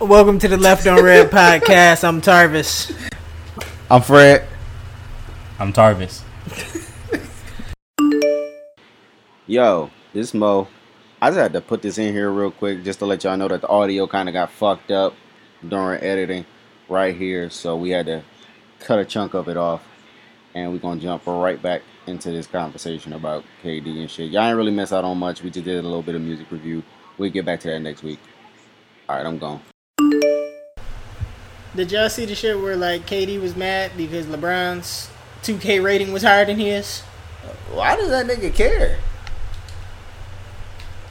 Welcome to the Left on Red podcast. I'm Tarvis. I'm Fred. I'm Tarvis. Yo, this Mo. I just had to put this in here real quick just to let y'all know that the audio kind of got fucked up during editing right here. So we had to cut a chunk of it off. And we're going to jump right back into this conversation about KD and shit. Y'all ain't really miss out on much. We just did a little bit of music review. We'll get back to that next week. All right, I'm gone. Did y'all see the shit where like KD was mad because LeBron's 2K rating was higher than his? Why does that nigga care?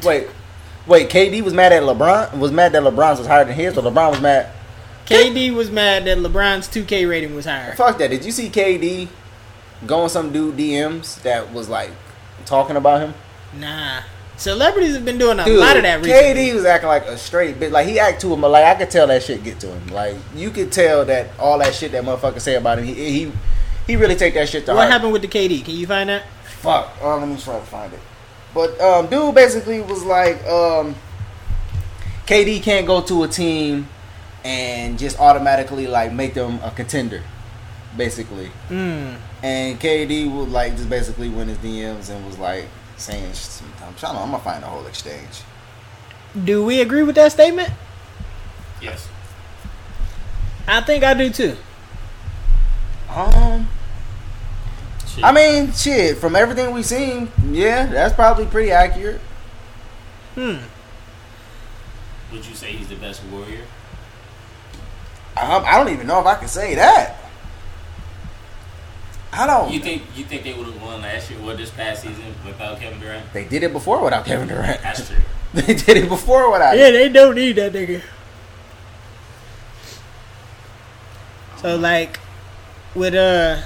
Wait, wait. KD was mad at LeBron. Was mad that LeBron's was higher than his, or LeBron was mad. KD was mad that LeBron's 2K rating was higher. Fuck that. Did you see KD going some dude DMs that was like talking about him? Nah. Celebrities have been doing a lot of that recently. KD was acting like a straight bitch. Like he act to him, but like I could tell that shit get to him. Like you could tell that all that shit that motherfucker say about him. He he he really take that shit to what heart. happened with the KD? Can you find that? Fuck. Uh, let me try to find it. But um, dude basically was like, um, KD can't go to a team and just automatically like make them a contender, basically. Mm. And KD would like just basically win his DMs and was like saying, sh- "I'm trying. I'm gonna find the whole exchange." Do we agree with that statement? Yes. I think I do too. Um, I mean, shit. From everything we've seen, yeah, that's probably pretty accurate. Hmm. would you say he's the best warrior? Um, I don't even know if I can say that. I don't. You think you think they would have won last year or this past season without Kevin Durant? They did it before without Kevin Durant. That's true. They did it before without. Yeah, they don't need that nigga. So like with uh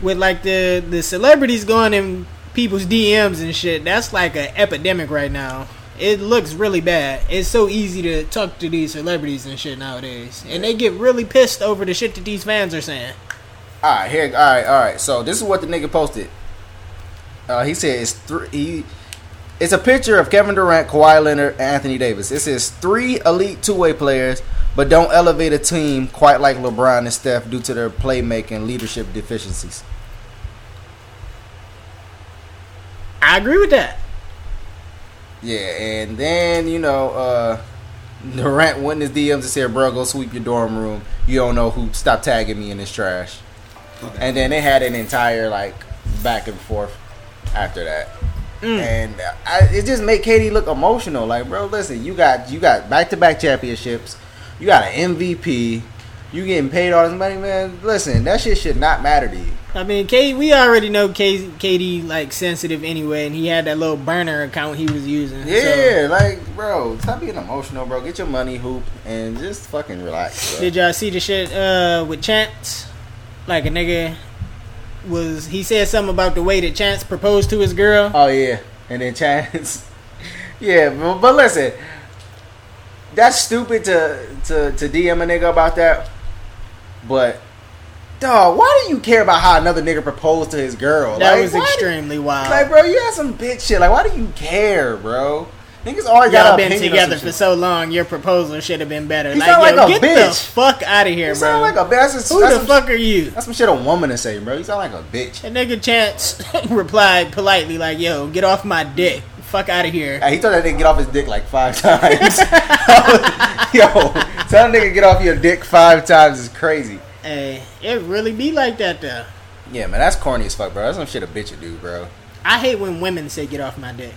with like the the celebrities going in people's DMs and shit, that's like an epidemic right now. It looks really bad. It's so easy to talk to these celebrities and shit nowadays. And they get really pissed over the shit that these fans are saying. All right, here. All right, all right. So this is what the nigga posted. Uh, he said it's three. He, it's a picture of Kevin Durant, Kawhi Leonard, and Anthony Davis. It says three elite two-way players, but don't elevate a team quite like LeBron and Steph due to their playmaking leadership deficiencies. I agree with that. Yeah, and then you know, uh, Durant went in his DMs and said, "Bro, go sweep your dorm room. You don't know who. Stop tagging me in this trash." And then they had an entire like back and forth after that. And I, it just made Katie look emotional. Like, bro, listen, you got you got back to back championships. You got an MVP. You getting paid all this money, man. Listen, that shit should not matter to you. I mean, K. We already know K. KD like sensitive anyway, and he had that little burner account he was using. so- Yeah, like, bro, stop being emotional, bro. Get your money, hoop, and just fucking relax. Bro. Did y'all see the shit uh, with Chance? Like a nigga was he said something about the way that Chance proposed to his girl. Oh yeah, and then Chance. yeah, but, but listen, that's stupid to to to DM a nigga about that. But dog, why do you care about how another nigga proposed to his girl? that Like, was why do- extremely wild. like, bro, you had some bitch shit. Like, why do you care, bro? Niggas always Y'all got been together for so long, your proposal should have been better. You like, sound yo, like a get the bitch. fuck out of here, You bro. sound like a bitch. That's, just- Who that's the some, fuck are you? that's some shit a woman is saying, bro. You sound like a bitch. That nigga Chance replied politely, like, "Yo, get off my dick. Fuck out of here." Hey, he told that nigga get off his dick like five times. Yo, tell that nigga get off your dick five times is crazy. Hey, it really be like that though. Yeah, man, that's corny as fuck, bro. That's some shit a bitch would do, bro. I hate when women say, "Get off my dick."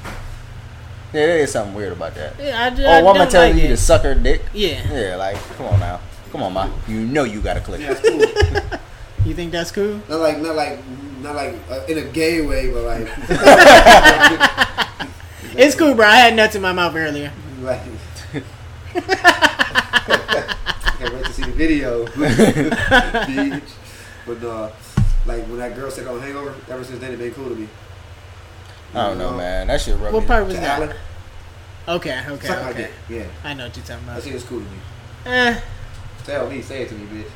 Yeah, there is something weird about that. Yeah, I, ju- Or I a Oh, woman don't telling like you it. to suck her dick. Yeah. Yeah, like, come on now. Come on, ma. You know you got to click. Yeah, it's cool. You think that's cool? not like not like not like uh, in a gay way, but like It's cool, bro. I had nuts in my mouth earlier. like. I can't wait to see the video. Bitch. but uh, like when that girl said on Hangover, ever since then it been cool to me. I don't know, man. That shit rubbed What me. part was To that? Alan, Okay, okay, suck my okay. dick. Yeah, I know what you're talking that about. shit is cool to me. Eh, Tell me, say it to me, bitch.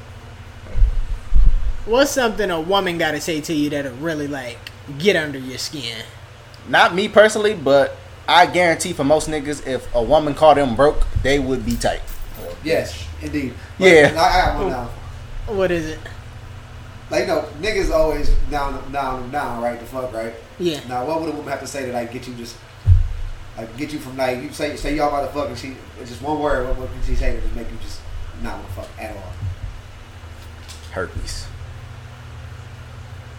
what's something a woman got to say to you that'll really like get under your skin? Not me personally, but I guarantee for most niggas, if a woman called them broke, they would be tight. Yes, indeed. Yeah. I, I got one now. What is it? Like, you know, niggas always down, down, down, right? The fuck, right? Yeah. Now, what would a woman have to say to like get you just like get you from like you say say y'all about to fuck and she it's just one word? What, what can she say to just make you just not want to fuck at all? Herpes.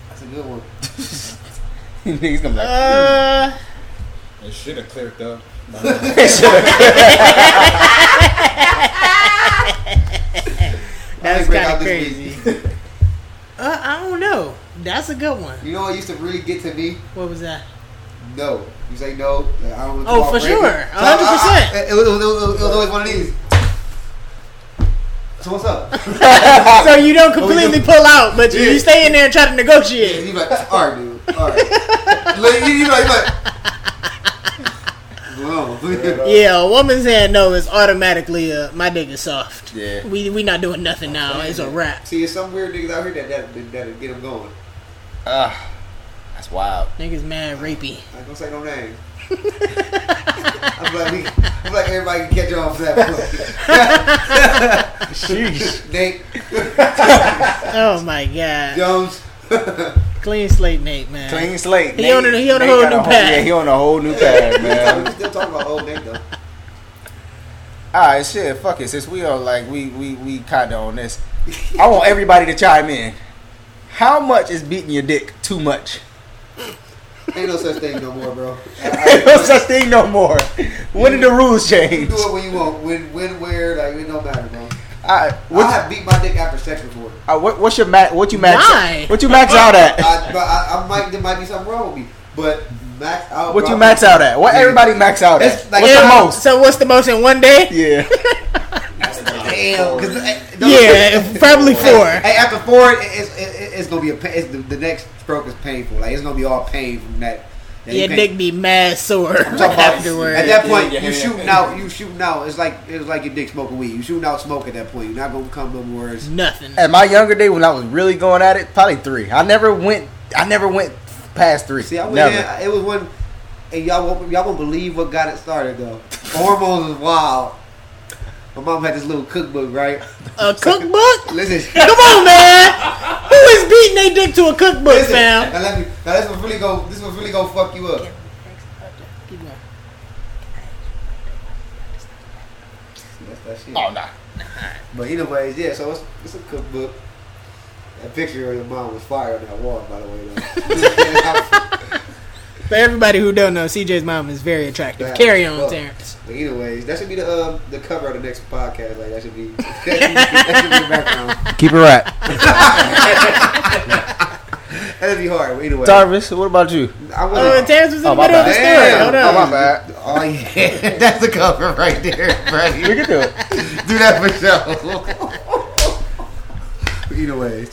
That's a good one. Niggas gonna be like, Uh, It should have cleared up. Uh. I that's think break kind out of this crazy. bitch. Uh, I don't know. That's a good one. You know what used to really get to me? What was that? No. You say no. Like, I don't want to Oh, for sure. So I- I- 100%. I- It was it was- it was- it was always one of these. So what's up? so you don't completely pull out, but you, you Yeah. stay in there and try to negotiate. And you be like, all right, dude, all right. like, you, you be like, you like, Whoa. Yeah, a woman's hand no is automatically uh, my dick is soft. Yeah. We we not doing nothing now. It's a wrap. See, there's some weird niggas out here that that that that'll get them going. ah, that's wild. Niggas mad rapey. I ain't gonna say no name. I'm like, we, I'm like everybody can catch on for that. Sheesh. Nate Oh my god. Jones. Clean slate Nate, man. Clean slate. He Nate- on a- he on a Nate whole got new path. Yeah, he on a whole new path, we man. still talking about old Nate though. All right, shit, fuck it. Since we are like we we we kind of on this, I want everybody to chime in. How much is beating your dick too much? Ain't no such thing no more, bro. I- I- no such thing no more. When did the rules you change? do it when you want, when, when, where, like it don't matter, man. I, I what, have beat my dick after sex before. uh, what, what's your max? What you max? Why? What you Uh, max out at? I, but I, I might there might be something wrong with me. But max out. What you max out at? What everybody max out at? uh, It's like- what's the Yeah, most? So what's the most in one day? Yeah. Damn. 'cause, eh, no, Yeah, probably four. Hey, after four, it- it's it, it's gonna be a pa- it's the, the next stroke is painful. Like it's gonna be all pain from that. that you Your can't- dick be mad sore I'm talking about- afterward. At that Yeah, point, yeah, you yeah. shooting out. You shooting out. It's like it's like your dick smoking weed. You shooting out smoke at that point. You're not gonna come no more. It's- Nothing. At my younger day, when I was really going at it, probably three. I never went. I never went past three. See, I went never. in. It was one. And y'all won't, y'all won't believe what got it started though. Hormones is wild. My mom had this little cookbook, right? A cookbook? Listen, Come on, man. Who is beating their dick to a cookbook, Listen, fam? Now, let me, now this one really go. This one really go fuck you up. Keep going. That's that shit. Oh nah. But anyways, yeah. So it's, it's a cookbook. That picture of your mom was fire on that wall, by the way. Though. For everybody who don't know, CJ's mom is very attractive. Yeah. Carry on, Well, Terrence. but anyways, that should be the um, the cover of the next podcast. Like that should be that should be, that should be the background. Keep it right. That'd be hard. But anyway, Jarvis, what about you? I want. Oh, and Terrence was in Oh, the my middle of the bad. story. Damn. Hold Oh, on. my bad. Oh yeah, that's the cover right there, We buddy. can do it. Do that for sure. Either way,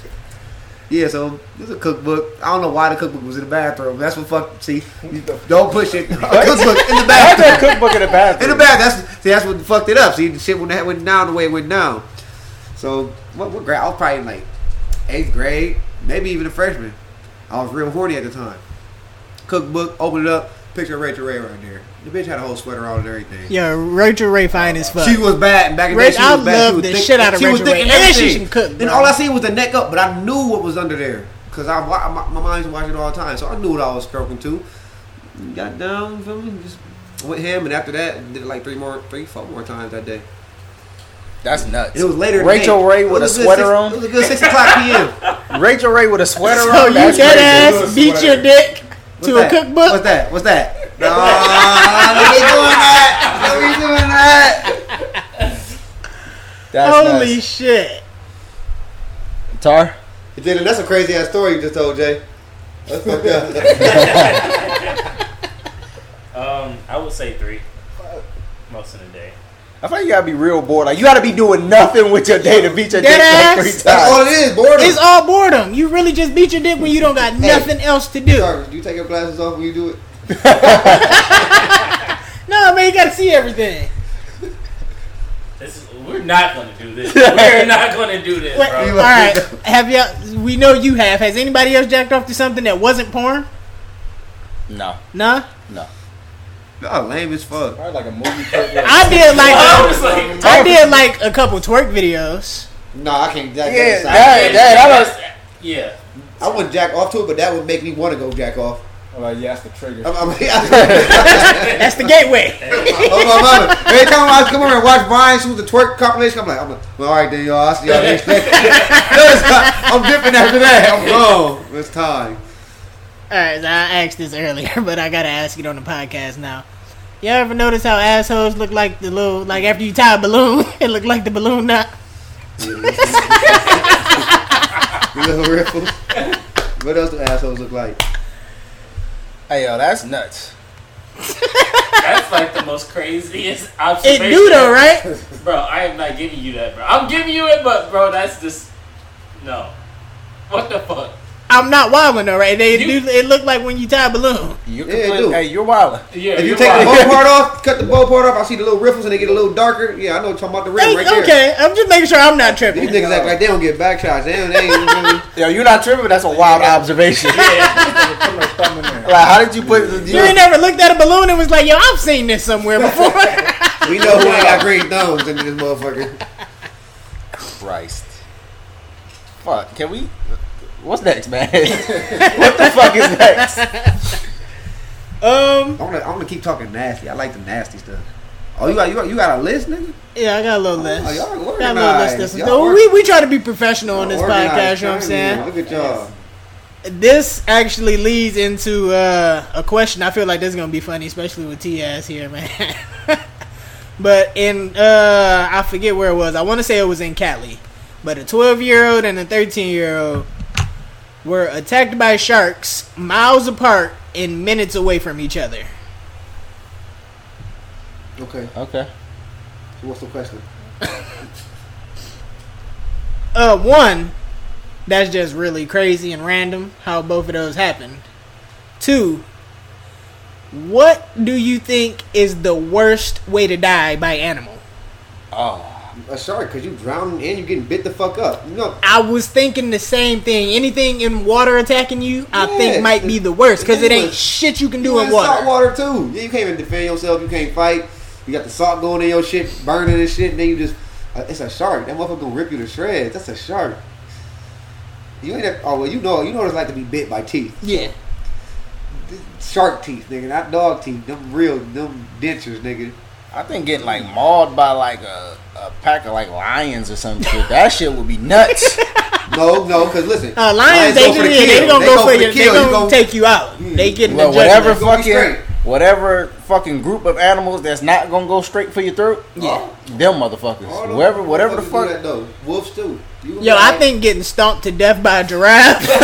yeah. So this is a cookbook. I don't know why the cookbook was in the bathroom. That's what fuck. See, you don't push it. cookbook in the I had bathroom. that cookbook in the bathroom. In the bath. That's see. That's what fucked it up. See, the shit went went down the way it went down. So what? What grade? I was probably in like eighth grade, maybe even a freshman. I was real horny at the time. Cookbook, open it up. Picture of Rachel Ray right there. The bitch had a whole sweater on and everything. Yo, Rachel Ray fine as fuck. She was bad and back in the Rach- day. She I was love bad. she was the thick- shit out of she was Rachel thick Ray. and And she everything. can cook, And bro. all I seen was the neck up, but I knew what was under there because I wa- my, my mind's watching all the time, so I knew what I was stroking to. Got down, you feel me? Just went ham, and after that, did it like three more, three, four more times that day. That's nuts. It was later. in the Rachel day. Ray It with a was good sweater six- on. It was a good six o'clock p.m. Rachel Ray with a sweater so on. you That's dead crazy. It ass was beat sweater. your dick What's to that? a cookbook? What's that? What's that? No, don't be doing that. Don't be doing that. That's Holy nuts. shit. Tar. Jalen, that's a crazy ass story you just told Jay. That's fucked up. Um, I would say three. Most of the day. I feel like you gotta be real bored. Like you gotta be doing nothing with your day to beat your dick Dead like three ass. times. That's all it is. Boredom. It's all boredom. You really just beat your dick when you don't got nothing else to do. Sorry, do you take your glasses off when you do it? No, man, you gotta see everything. This is, we're not gonna do this. We're not gonna do this, Wait, bro. all right. Have y'all? We know you have. Has anybody else jacked off to something that wasn't porn? No, Nah. no. Y'all lame as fuck. Probably like a movie clip. Like, I did I like was like, I did like a couple twerk videos. No, I can't. Jack Yeah, that that- Hey, aside. Dad, I was- yeah. I wouldn't jack off to it, but that would make me want to go jack off. I'm like, yeah, that's the trigger. I'm, I'm, I'm, That's the gateway. I'm, I'm, every time I come over and watch Brian shoot the twerk compilation, I'm like, I'm like well, all right, then y'all, I'll see y'all next day. I'm dipping after that. I'm gone. It's time. All right, so I asked this earlier, but I gotta ask it on the podcast now. You all ever notice how assholes look like the little like after you tie a balloon, it look like the balloon knot. Little ripples. What else do assholes look like? Hey, yo, that's nuts. That's like the most craziest It observation. do though, right? Bro, I am not giving you that, bro. I'm giving you it, but bro, that's just no. What the fuck? I'm not wilding though, right? They You- do. It look like when you tie a balloon. You Yeah, completely, dude. hey, you're wildin'. Yeah, If you you're take the wild. bow part off, cut the bow part off, I see the little ripples and they get a little darker. Yeah, I know what you're talking about the rim Hey, right there. okay, I'm just making sure I'm not These tripping. niggas act like they don't get back shots. They, don't- they ain't really. Yo, you're not tripping, but that's a wild observation. Put my thumb in there. Like, how did you put? You ain't never looked at a balloon and was like, "Yo, I've seen this somewhere before." We know who ain't got green thumbs in this motherfucker. Christ. Fuck. Can we? What's next, man? what the fuck is next? um, I'm gonna, I'm gonna keep talking nasty. I like the nasty stuff. Oh, you got you got, you got a list, nigga. yeah, I got a little list. Oh, y'all got a little list. organized. This Y'all no, or- we we try to be professional on this podcast. Organized, You know what I'm tiny. saying? Look at y'all. This actually leads into uh, a question. I feel like this is gonna be funny, especially with T ass here, man. but in uh, I forget where it was. I want to say it was in Cali, but a 12 year old and a 13 year old were attacked by sharks miles apart and minutes away from each other. Okay, Okay. so what's the question? Uh, one, that's just really crazy and random how both of those happened. Two, what do you think is the worst way to die by animal? Oh. A shark, Uh, cause you drowning and you getting bit the fuck up. You know, I was thinking the same thing. Anything in water attacking you, I Yeah. think might be the worst because it You ain't in- shit you can you do in water. salt water too. Yeah, you can't even defend yourself. You can't fight. You got the salt going in your shit, burning and shit. And then you just, uh, it's a shark. That motherfucker gonna rip you to shreds. That's a shark. You ain't. That, oh well, you know, you know what it's like to be bit by teeth. Yeah, Shark teeth, nigga, not dog teeth. Them real, them dentures, nigga. I think getting like mauled by like a, a pack of like lions or some shit. That shit would be nuts. No, no, because listen, uh, lions, they, go for the yeah, they kill. gonna go for you. the They kill. gonna Hmm. You go- take you out. Mm. They getting well, the judgment. whatever It's gonna be fucking straight. whatever fucking group of animals that's not gonna go straight for your throat. oh, Yeah. Them motherfuckers. All them Whoever, whatever the motherfuckers do fuck. That, though. Wolves too. You Yo, I like- think getting stomped to death by a giraffe.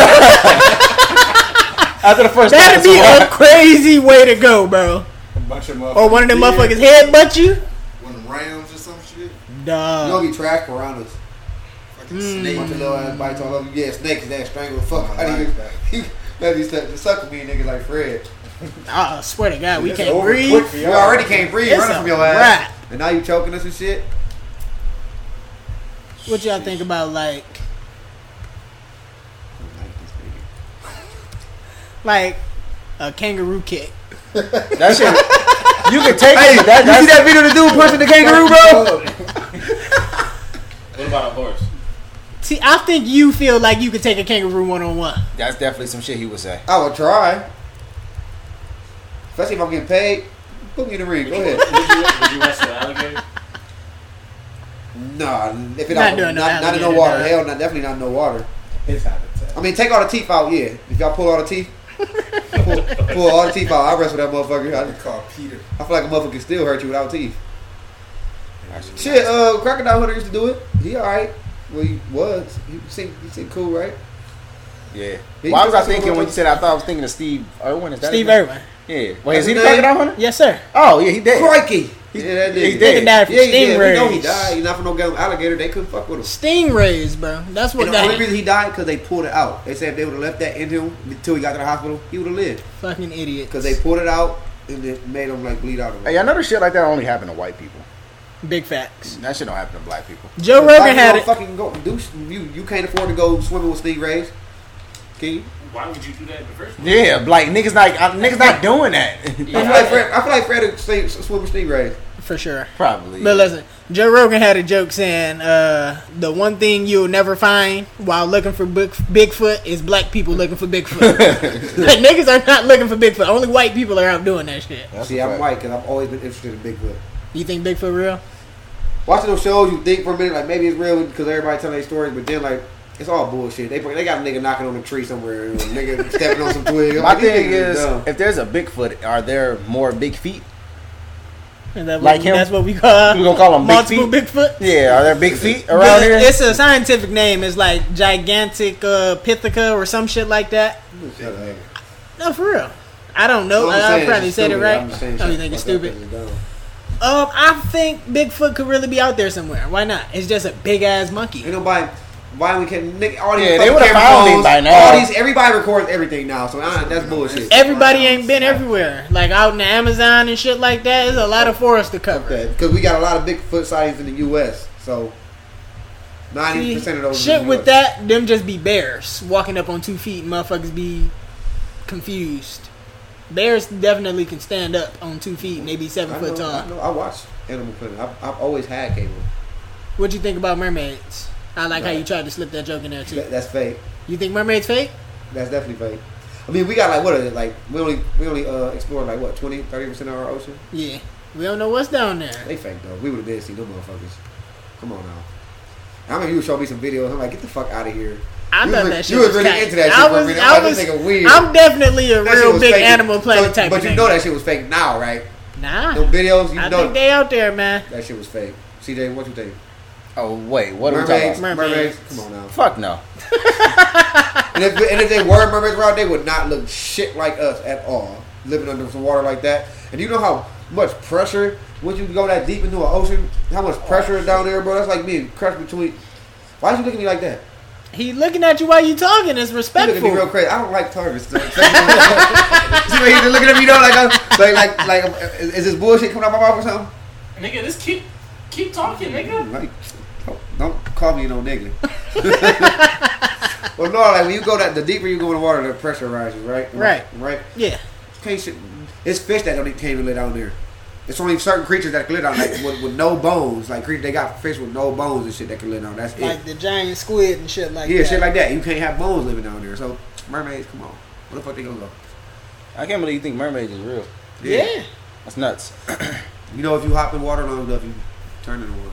After the first, That'd be episode, a crazy way to go, bro. A bunch of motherfuckers. Or Oh, one of them deer, motherfuckers headbutt you? One of the rams or some shit. you don't Dog. get trash piranhas. Fucking Snake snake. with your Mm. little ass bites all over you. Yeah, snakes that strangle the fuck I out of like that. you. That used to suck with me, niggas like Fred. I swear to God, we It's can't over breathe. quick for You y'all. already can't breathe It's running from a your ass, wrap. and now you choking us and shit. What y'all think about like, like a kangaroo kick? that shit. You can take it. but That, you that's, see that video of the dude punching the kangaroo, bro? What about a horse? See, I think you feel like you could take a kangaroo one on one. that's definitely some shit he would say. I would try, especially if I'm getting paid. Put me in the ring. Go ahead. Would you, would you watch the alligator? Nah, if it Not out, doing no not, not in no alligator, water. nah. Hell, not definitely not in no water. His habitat. I mean, take all the teeth out, yeah. If y'all pull all the teeth, pull, pull all the teeth out. I wrestle that motherfucker. I I, call Peter. I feel like a motherfucker can still hurt you without teeth. Shit, uh, Crocodile Hunter used to do it. He all right. Well, he was. He seemed, he seemed cool, right? Yeah. He- Why was I thinking when you said I thought I was thinking of Steve Irwin? Is that Steve his name? Irwin. Yeah. Wait, is he the That's his crocodile hunter? Yes, sir. Oh yeah, he dead. Crikey! Yeah, that He nigga. dead. Nigga died from Yeah, he did. We stingrays. know he died. He not from no goddamn alligator. They couldn't fuck with him. Stingrays, bro. That's what And the only that reason he died because they pulled it out. They said if they would have left that in him until he got to the hospital, he would have lived. fucking idiot. Because they pulled it out and it made him like bleed out. Of Hey, I know the shit like that only happen to white people. big facts. That shit don't happen to black people. Joe Rogan had it. Fucking go, do, you, you can't afford to go swimming with stingrays. Can you? Why would you do that in the first place? Yeah, like niggas not uh, niggas not doing that. I feel like Fred, I feel like Fred would stay, swim with stingrays. for sure. Probably. But listen, Joe Rogan had a joke saying uh, the one thing you'll never find while looking for Big, Bigfoot is black people looking for Bigfoot. like, niggas are not looking for Bigfoot. Only white people are out doing that shit. That's See, a I'm fact. white because I've always been interested in Bigfoot. You think Bigfoot real? Watching those shows, you think for a minute like maybe it's real because everybody telling their stories, but then like it's all bullshit. They they got a nigga knocking on a tree somewhere, and a nigga stepping on some twigs. I'm My like, these thing niggas is, dumb. if there's a Bigfoot, are there more big feet? Is that Like what, him? That's what we call We gonna call 'em Big multiple Feet? Bigfoot. Yeah, are there big feet around But here? It's a scientific name. It's like gigantic uh, Pitheca or some shit like that. Shut up. No, for real. I don't know. All I'm saying I is probably it's said it stupid. right. I'm just saying Oh, uh, you shit think it's like that stupid? 'cause dumb. Um, I think Bigfoot could really be out there somewhere. Why not? It's just a big ass monkey. Ain't nobody. Why we can nigga all these Yeah, they fucking would've camera found him phones, by now. All these everybody records everything now, so I, that's bullshit. Everybody ain't been everywhere. Like out in the Amazon and shit like that. There's a lot of forest to cover. Because we got a lot of Bigfoot sightings in the U.S., so ninety See, percent of those shit in the with US. that, them just be bears walking up on two feet and motherfuckers be confused. Bears definitely can stand up on two feet and they be seven I foot know, I tall. know. I watch Animal Planet. I've, I've always had cable. What you think about mermaids? I like how Right. you tried to slip that joke in there too. That- that's fake. You think mermaids fake? That's definitely fake. I mean, we got like what is it? Like we only we only uh, explore like what 20 30 percent of our ocean. Yeah. We don't know what's down there. They fake though. We would have been seen them motherfuckers. Come on now. I remember you showed me some videos. I'm like, get the fuck out of here. I You thought was- that shit you was was really tight. into that shit I for a was, minute. I I was thinking weird. I'm definitely a That shit real was big fake. Animal Planet So- type. But of you nigga. know that shit was fake now, right? Nah. The videos, you I know think they out there, man. that shit was fake. CJ, what you think? oh wait, what are we talking mermaids, about? Mermaids. mermaids. Come on now. Fuck no. And if, and if they were mermaids around, they would not look shit like us at all, living under some water like that. And you know how much pressure, once you go that deep into an ocean, how much pressure is down there, bro? That's like being crushed between. Why you look at me like that? He looking at you while you talking. It's You look at me real respectful. crazy. I don't like targets. See what he's looking at me, though? Like, I'm, like, like, like, is is this bullshit coming out my mouth or something? Nigga, just keep keep talking, nigga. Like, don't, don't call me no nigga. well, no, like when you go that, the deeper you go in the water, the pressure rises, right? Right. right. Yeah. Can't shit. It's fish that don't even can't even live down there. It's only certain creatures that can live down like with, with no bones. Like cre- they got fish with no bones and shit that can live down. That's Like it. the giant squid and shit like yeah, that. shit like that. You can't have bones living down there. So mermaids, come on. What the fuck they gonna go? I can't believe you think mermaids is real. Yeah. yeah. That's nuts. You know if you hop in water long enough, you turn into one.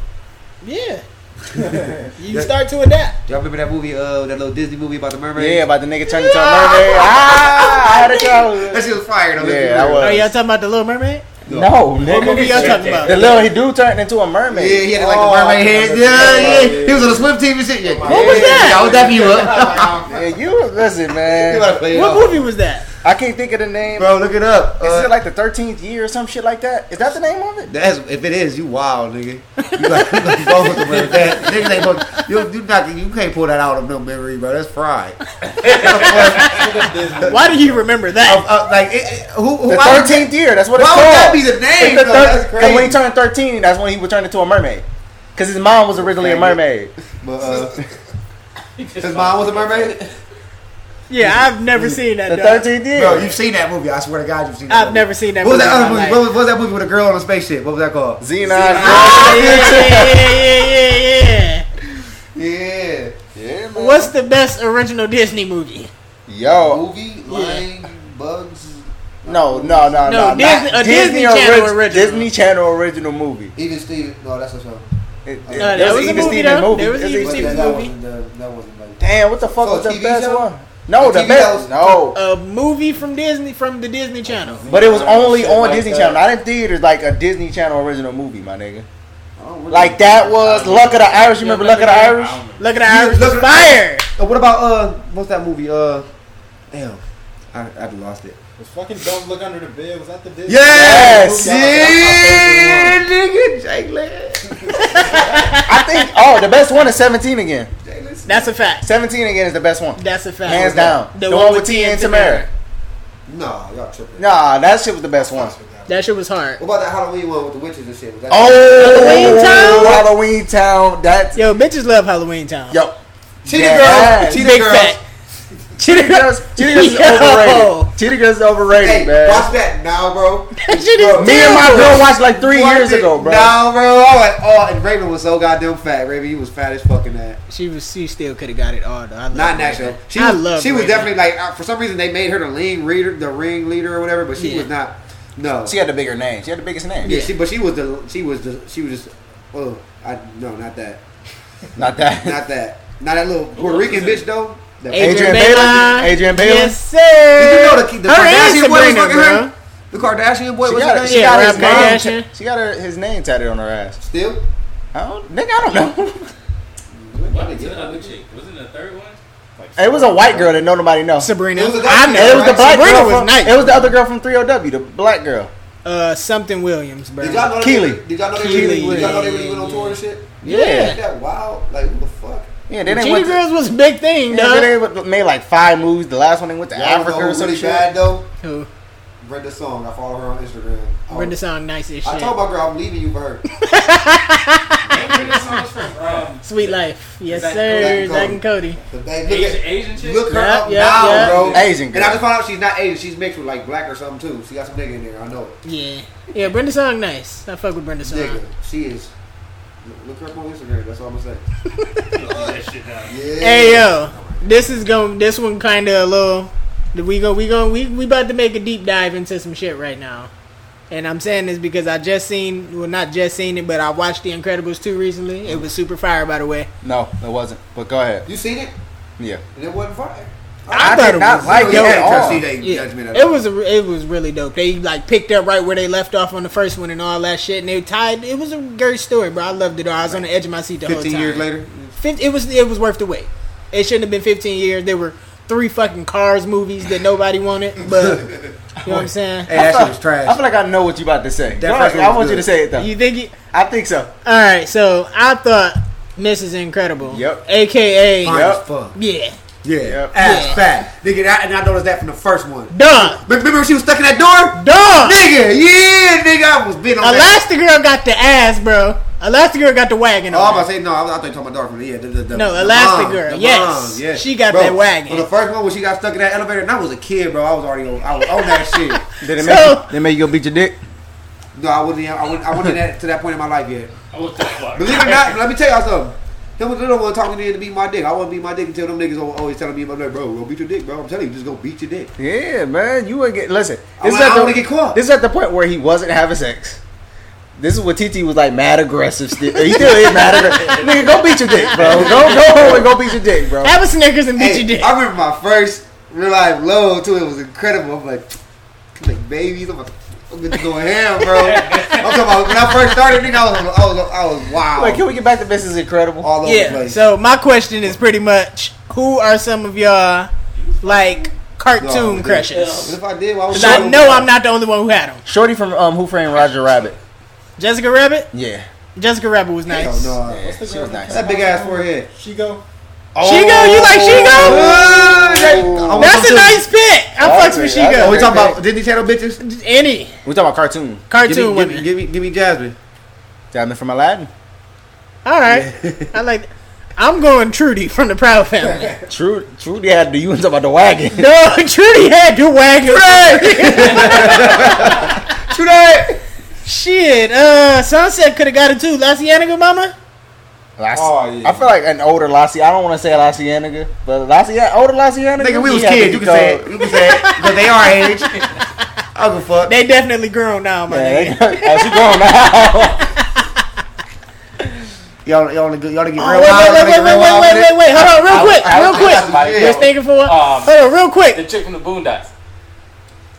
you start to adapt. Y'all remember that movie? Uh, that little Disney movie about the mermaid. Yeah, about the nigga turning into a mermaid. Ah, I had to That go. shit was fire though. Yeah, that was- Are y'all talking about the Little Mermaid? No, What nigga. movie y'all is talking that? The little he do turned into a Yeah, mermaid. he had like Oh, the mermaid head. Yeah, yeah. He was on the swim team and shit. Yeah. What was that? Yeah, I was dapping you up. Yeah, you listen, You gotta man. play it What up. movie was that? I can't think of the name. Bro, look it up. Is Uh, it like the thirteenth year or some shit like that? Is that the name of it? That's if it is, you wild nigga. You like you like both of them with that. Niggas ain't both, you you not you can't pull that out of no memory, bro. That's fried. Why do you remember Uh, that? uh, like it, it, who who The why would thirteenth year. That's what that- it's Why would called. that be the name? It's the though? thir- That's 'cause when he crazy. turned thirteen, that's when he would turn into a mermaid. Cause his mom was originally a mermaid. But, uh, He just his mom was a mermaid. Yeah, I've never seen that. The dog. thirteenth Bro, year. you've seen that movie. I swear to God, you've seen. that I've movie. never seen that What was movie that in other my movie? life. What was, what was that movie with a girl on a spaceship? What was that called? Xenon. Yeah, yeah, yeah, yeah, yeah, Yeah, Yeah, yeah. What's the best original Disney movie? Yo, movie Lion Bugs. no, no, No, no, no. Disney- not- a Disney Channel original. Disney Channel original movie. Even Steven. No, that's a show. It, it, No, it there an Uh, was a Even movie, Steven though. There was an It's Even an Even- Steven- that movie? wasn't the, that wasn't like. Damn, what the fuck So, was the TV best show? one? No, A the TV best. show? No, A movie from Disney from the Disney Channel. but it was only Shit on like Disney that. Channel, not in theaters. Like a Disney Channel original movie, my nigga. I don't really- Like that was Luck of the Irish. You remember Luck of the I don't Irish? remember. Look at the Irish look at- Fire. Uh, what about uh? What's that movie? Uh, damn, I I lost it. Was fucking Don't Look Under the Bed. Was that the Disney? Yes, That nigga, Jalen. I think. Oh, the best one is Seventeen again. That's a fact. Seventeen again is the best one, That's a fact. hands down. The, one with Tia and Tamara. No, y'all tripping. Nah, that shit was the best one. was my favorite That shit was hard. What about that Halloween one with the witches and shit? Was that Oh, Halloween Town? Halloween Town. That's Yo, bitches love Halloween Town. yo. Cheetah Yeah. girls, cheetah Big girls. fat. Cheating girls, cheating girls is Yo. overrated. Cheating girls is overrated, Hey, man. watch that now, bro. That shit is Bro, Me and my girl watched like three Watch years it ago, bro. Now, bro. I went, oh, and Raven was so goddamn fat. Raven, you was fat as fucking that. She was. She still could have got it all though. I love Not Raven. natural. She I was, love. she was Raven. definitely like uh, for some reason they made her the lean reader, the ring leader or whatever, but she Yeah. was not. No, She had the bigger name. She had the biggest name. yeah, she but she was the she was the she was just oh I no not that Not that. not that not that little Puerto Rican bitch though. The- Adrian Adrian Bailon. Bailon. Adrian Bailon. Yes, sir. Did you know the, the Her and Kardashian boy was Sabrina, fucking bro. her? The Kardashian boy She got, was fucking her, her? she Yeah, got his Rob name. Kardashian. She got her, his name tatted on her ass. Still. I don't, nigga, I don't know. What was the other chick? Wasn't the third one? It was a white girl that no nobody knows. Sabrina. It was a- I And know. it was the right? black Sabrina girl. was From, nice. It was the other girl from 3OW, the black girl. uh, something Williams, bro. Did y'all know Keely. They, did y'all know they, Keely. Did y'all know they really went on tour and shit? Yeah. Ain't that wild? Like who the fuck? Yeah, then they Cheetah went. To, Girls was a big thing, yeah, dog. then they made like five movies. The last one they went to Y'all Africa know or who's some really shit. bad though. Who? Brenda Song. I follow her on Instagram. I was- Brenda Song, nice as I shit. told my girl I'm leaving you for her. Remember the songs from um, Sweet Life. Yes, Zach- sir. Zach Zach and Cody. But they- look, Asian, at, Asian chick? look her Yeah, up yeah, now, yeah. bro. Asian And I just girl. found out she's not Asian. She's mixed with like black or something too. She got some nigga in there. I know it. Yeah. Yeah, Brenda Song, nice. I fuck with Brenda Song. Nigga. She is. Look her up on Instagram. That's all I'm gonna say. that shit down. Yeah. Hey, yo. This is going, this one kind of a little, we go, we go, we, we about to make a deep dive into some shit right now. And I'm saying this because I just seen, well, not just seen it, but I watched The Incredibles 2 recently. It was super fire, by the way. No, it wasn't. But go ahead. You seen it? Yeah. And it wasn't fire. I thought it was- like You it know, you at can't trust all. either Yeah. judgment at It all. was a, it was really dope. They like picked up right where they left off on the first one and all that shit, and they tied. It was a great story, bro. I loved it. I was on the edge of my seat the whole time. Fifteen years later. Fif- it was it was worth the wait. It shouldn't have been 15 years. There were three fucking Cars movies that nobody wanted, but you know what I'm saying. Hey, that I shit thought- was trash. I feel like I know what you about to say. That Go first ahead. one I was want you good. to say it though. You think? It, I think so. all right, so I thought Mrs. Incredible, Yep. aka Fine Yep. as fuck. yeah, Yeah. Yep. Ass Yeah. fat. Nigga, that, and I noticed that from the first one. dog, Remember when she was stuck in that door? dog. Nigga, yeah, nigga, I was bent on that. Elastigirl got the ass, bro. Elastigirl got the wagon. Oh, on I'm her. about to say no. I, was- I thought you talking about Dark from the yeah. The, the, the, No, the Elastigirl, mom, the yes. mom, yeah. She got Bro, that wagon. On the first one when she got stuck in that elevator, and I was a kid, bro. I was already on, I was on that shit. Did it So- make you, did it make you go beat your dick? No, I wasn't. even- I wasn't, I wasn't that, to that point in my life yet. I was that far. Believe it or not, let me tell y'all something. Them little one talking to me to beat my dick. I wouldn't beat my dick until them niggas al- always telling me, "I'm like, bro, go beat your dick, bro." I'm telling you, just go beat your dick. Yeah, man. You would get listen. I'm like, I don't wanna get caught. This is at the point where he wasn't having sex. This is what TT was like mad aggressive. Still, he still is mad aggressive. Nigga, go beat your dick, bro. Go go home and go beat your dick, bro. Have a Snickers and beat Hey, your dick. I remember my first real life low too. It was incredible. I'm like, I'm like babies. I'm like, I'm just going ham, bro. I'm talking about when I first started, nigga, I was, I was, I was wild. Like, can we get back to Mrs. Incredible? all over the yeah. place. So my question is pretty much, who are some of y'all like No, I cartoon did. crushes? But if I did, why would Because I know I'm not the only one who had them. Shorty from um, Who Framed Roger Rabbit. Jessica Rabbit. Yeah, Jessica Rabbit was nice. Hell no. yeah What's the she girl was that nice. That big ass forehead. She go. Oh. She-Go? You like She-Go? Oh. That's a nice pick. I Oh, fucks with yeah, Oh, we She-Go. that's- talking about Disney Channel bitches. Give me, Any We talking about cartoon. give, me, cartoon give, me, women. give me, give me Jasmine. Diamond from Aladdin. All right. I like. I'm going Trudy from the Proud Family. True, true. Yeah, do you want to talk about the wagon? no, Trudy had the wagon. Today, Shit. Uh, Sunset could have got it too. La Cienega Mama. Las- Oh, yeah. I feel like an older Lassie. I don't want to say La Cienega, but La Cien- older La Cienega. Nigga, we was Yeah, I kids. You can think say so. it. You can say it. But they are age. I don't give a fuck. They definitely grown now, my nigga. Yeah, oh, she grown now. Y'all, y'all, wanna go- y'all wanna get Oh, real wait, wild. wait, wait, Y'all wanna wait, get wait, wait, real wild with wait, wait. Hold on, real quick, I- I- real I- quick. I- Just thinking for a while. Um, Hold on, real The quick. chick from the Boondocks. it?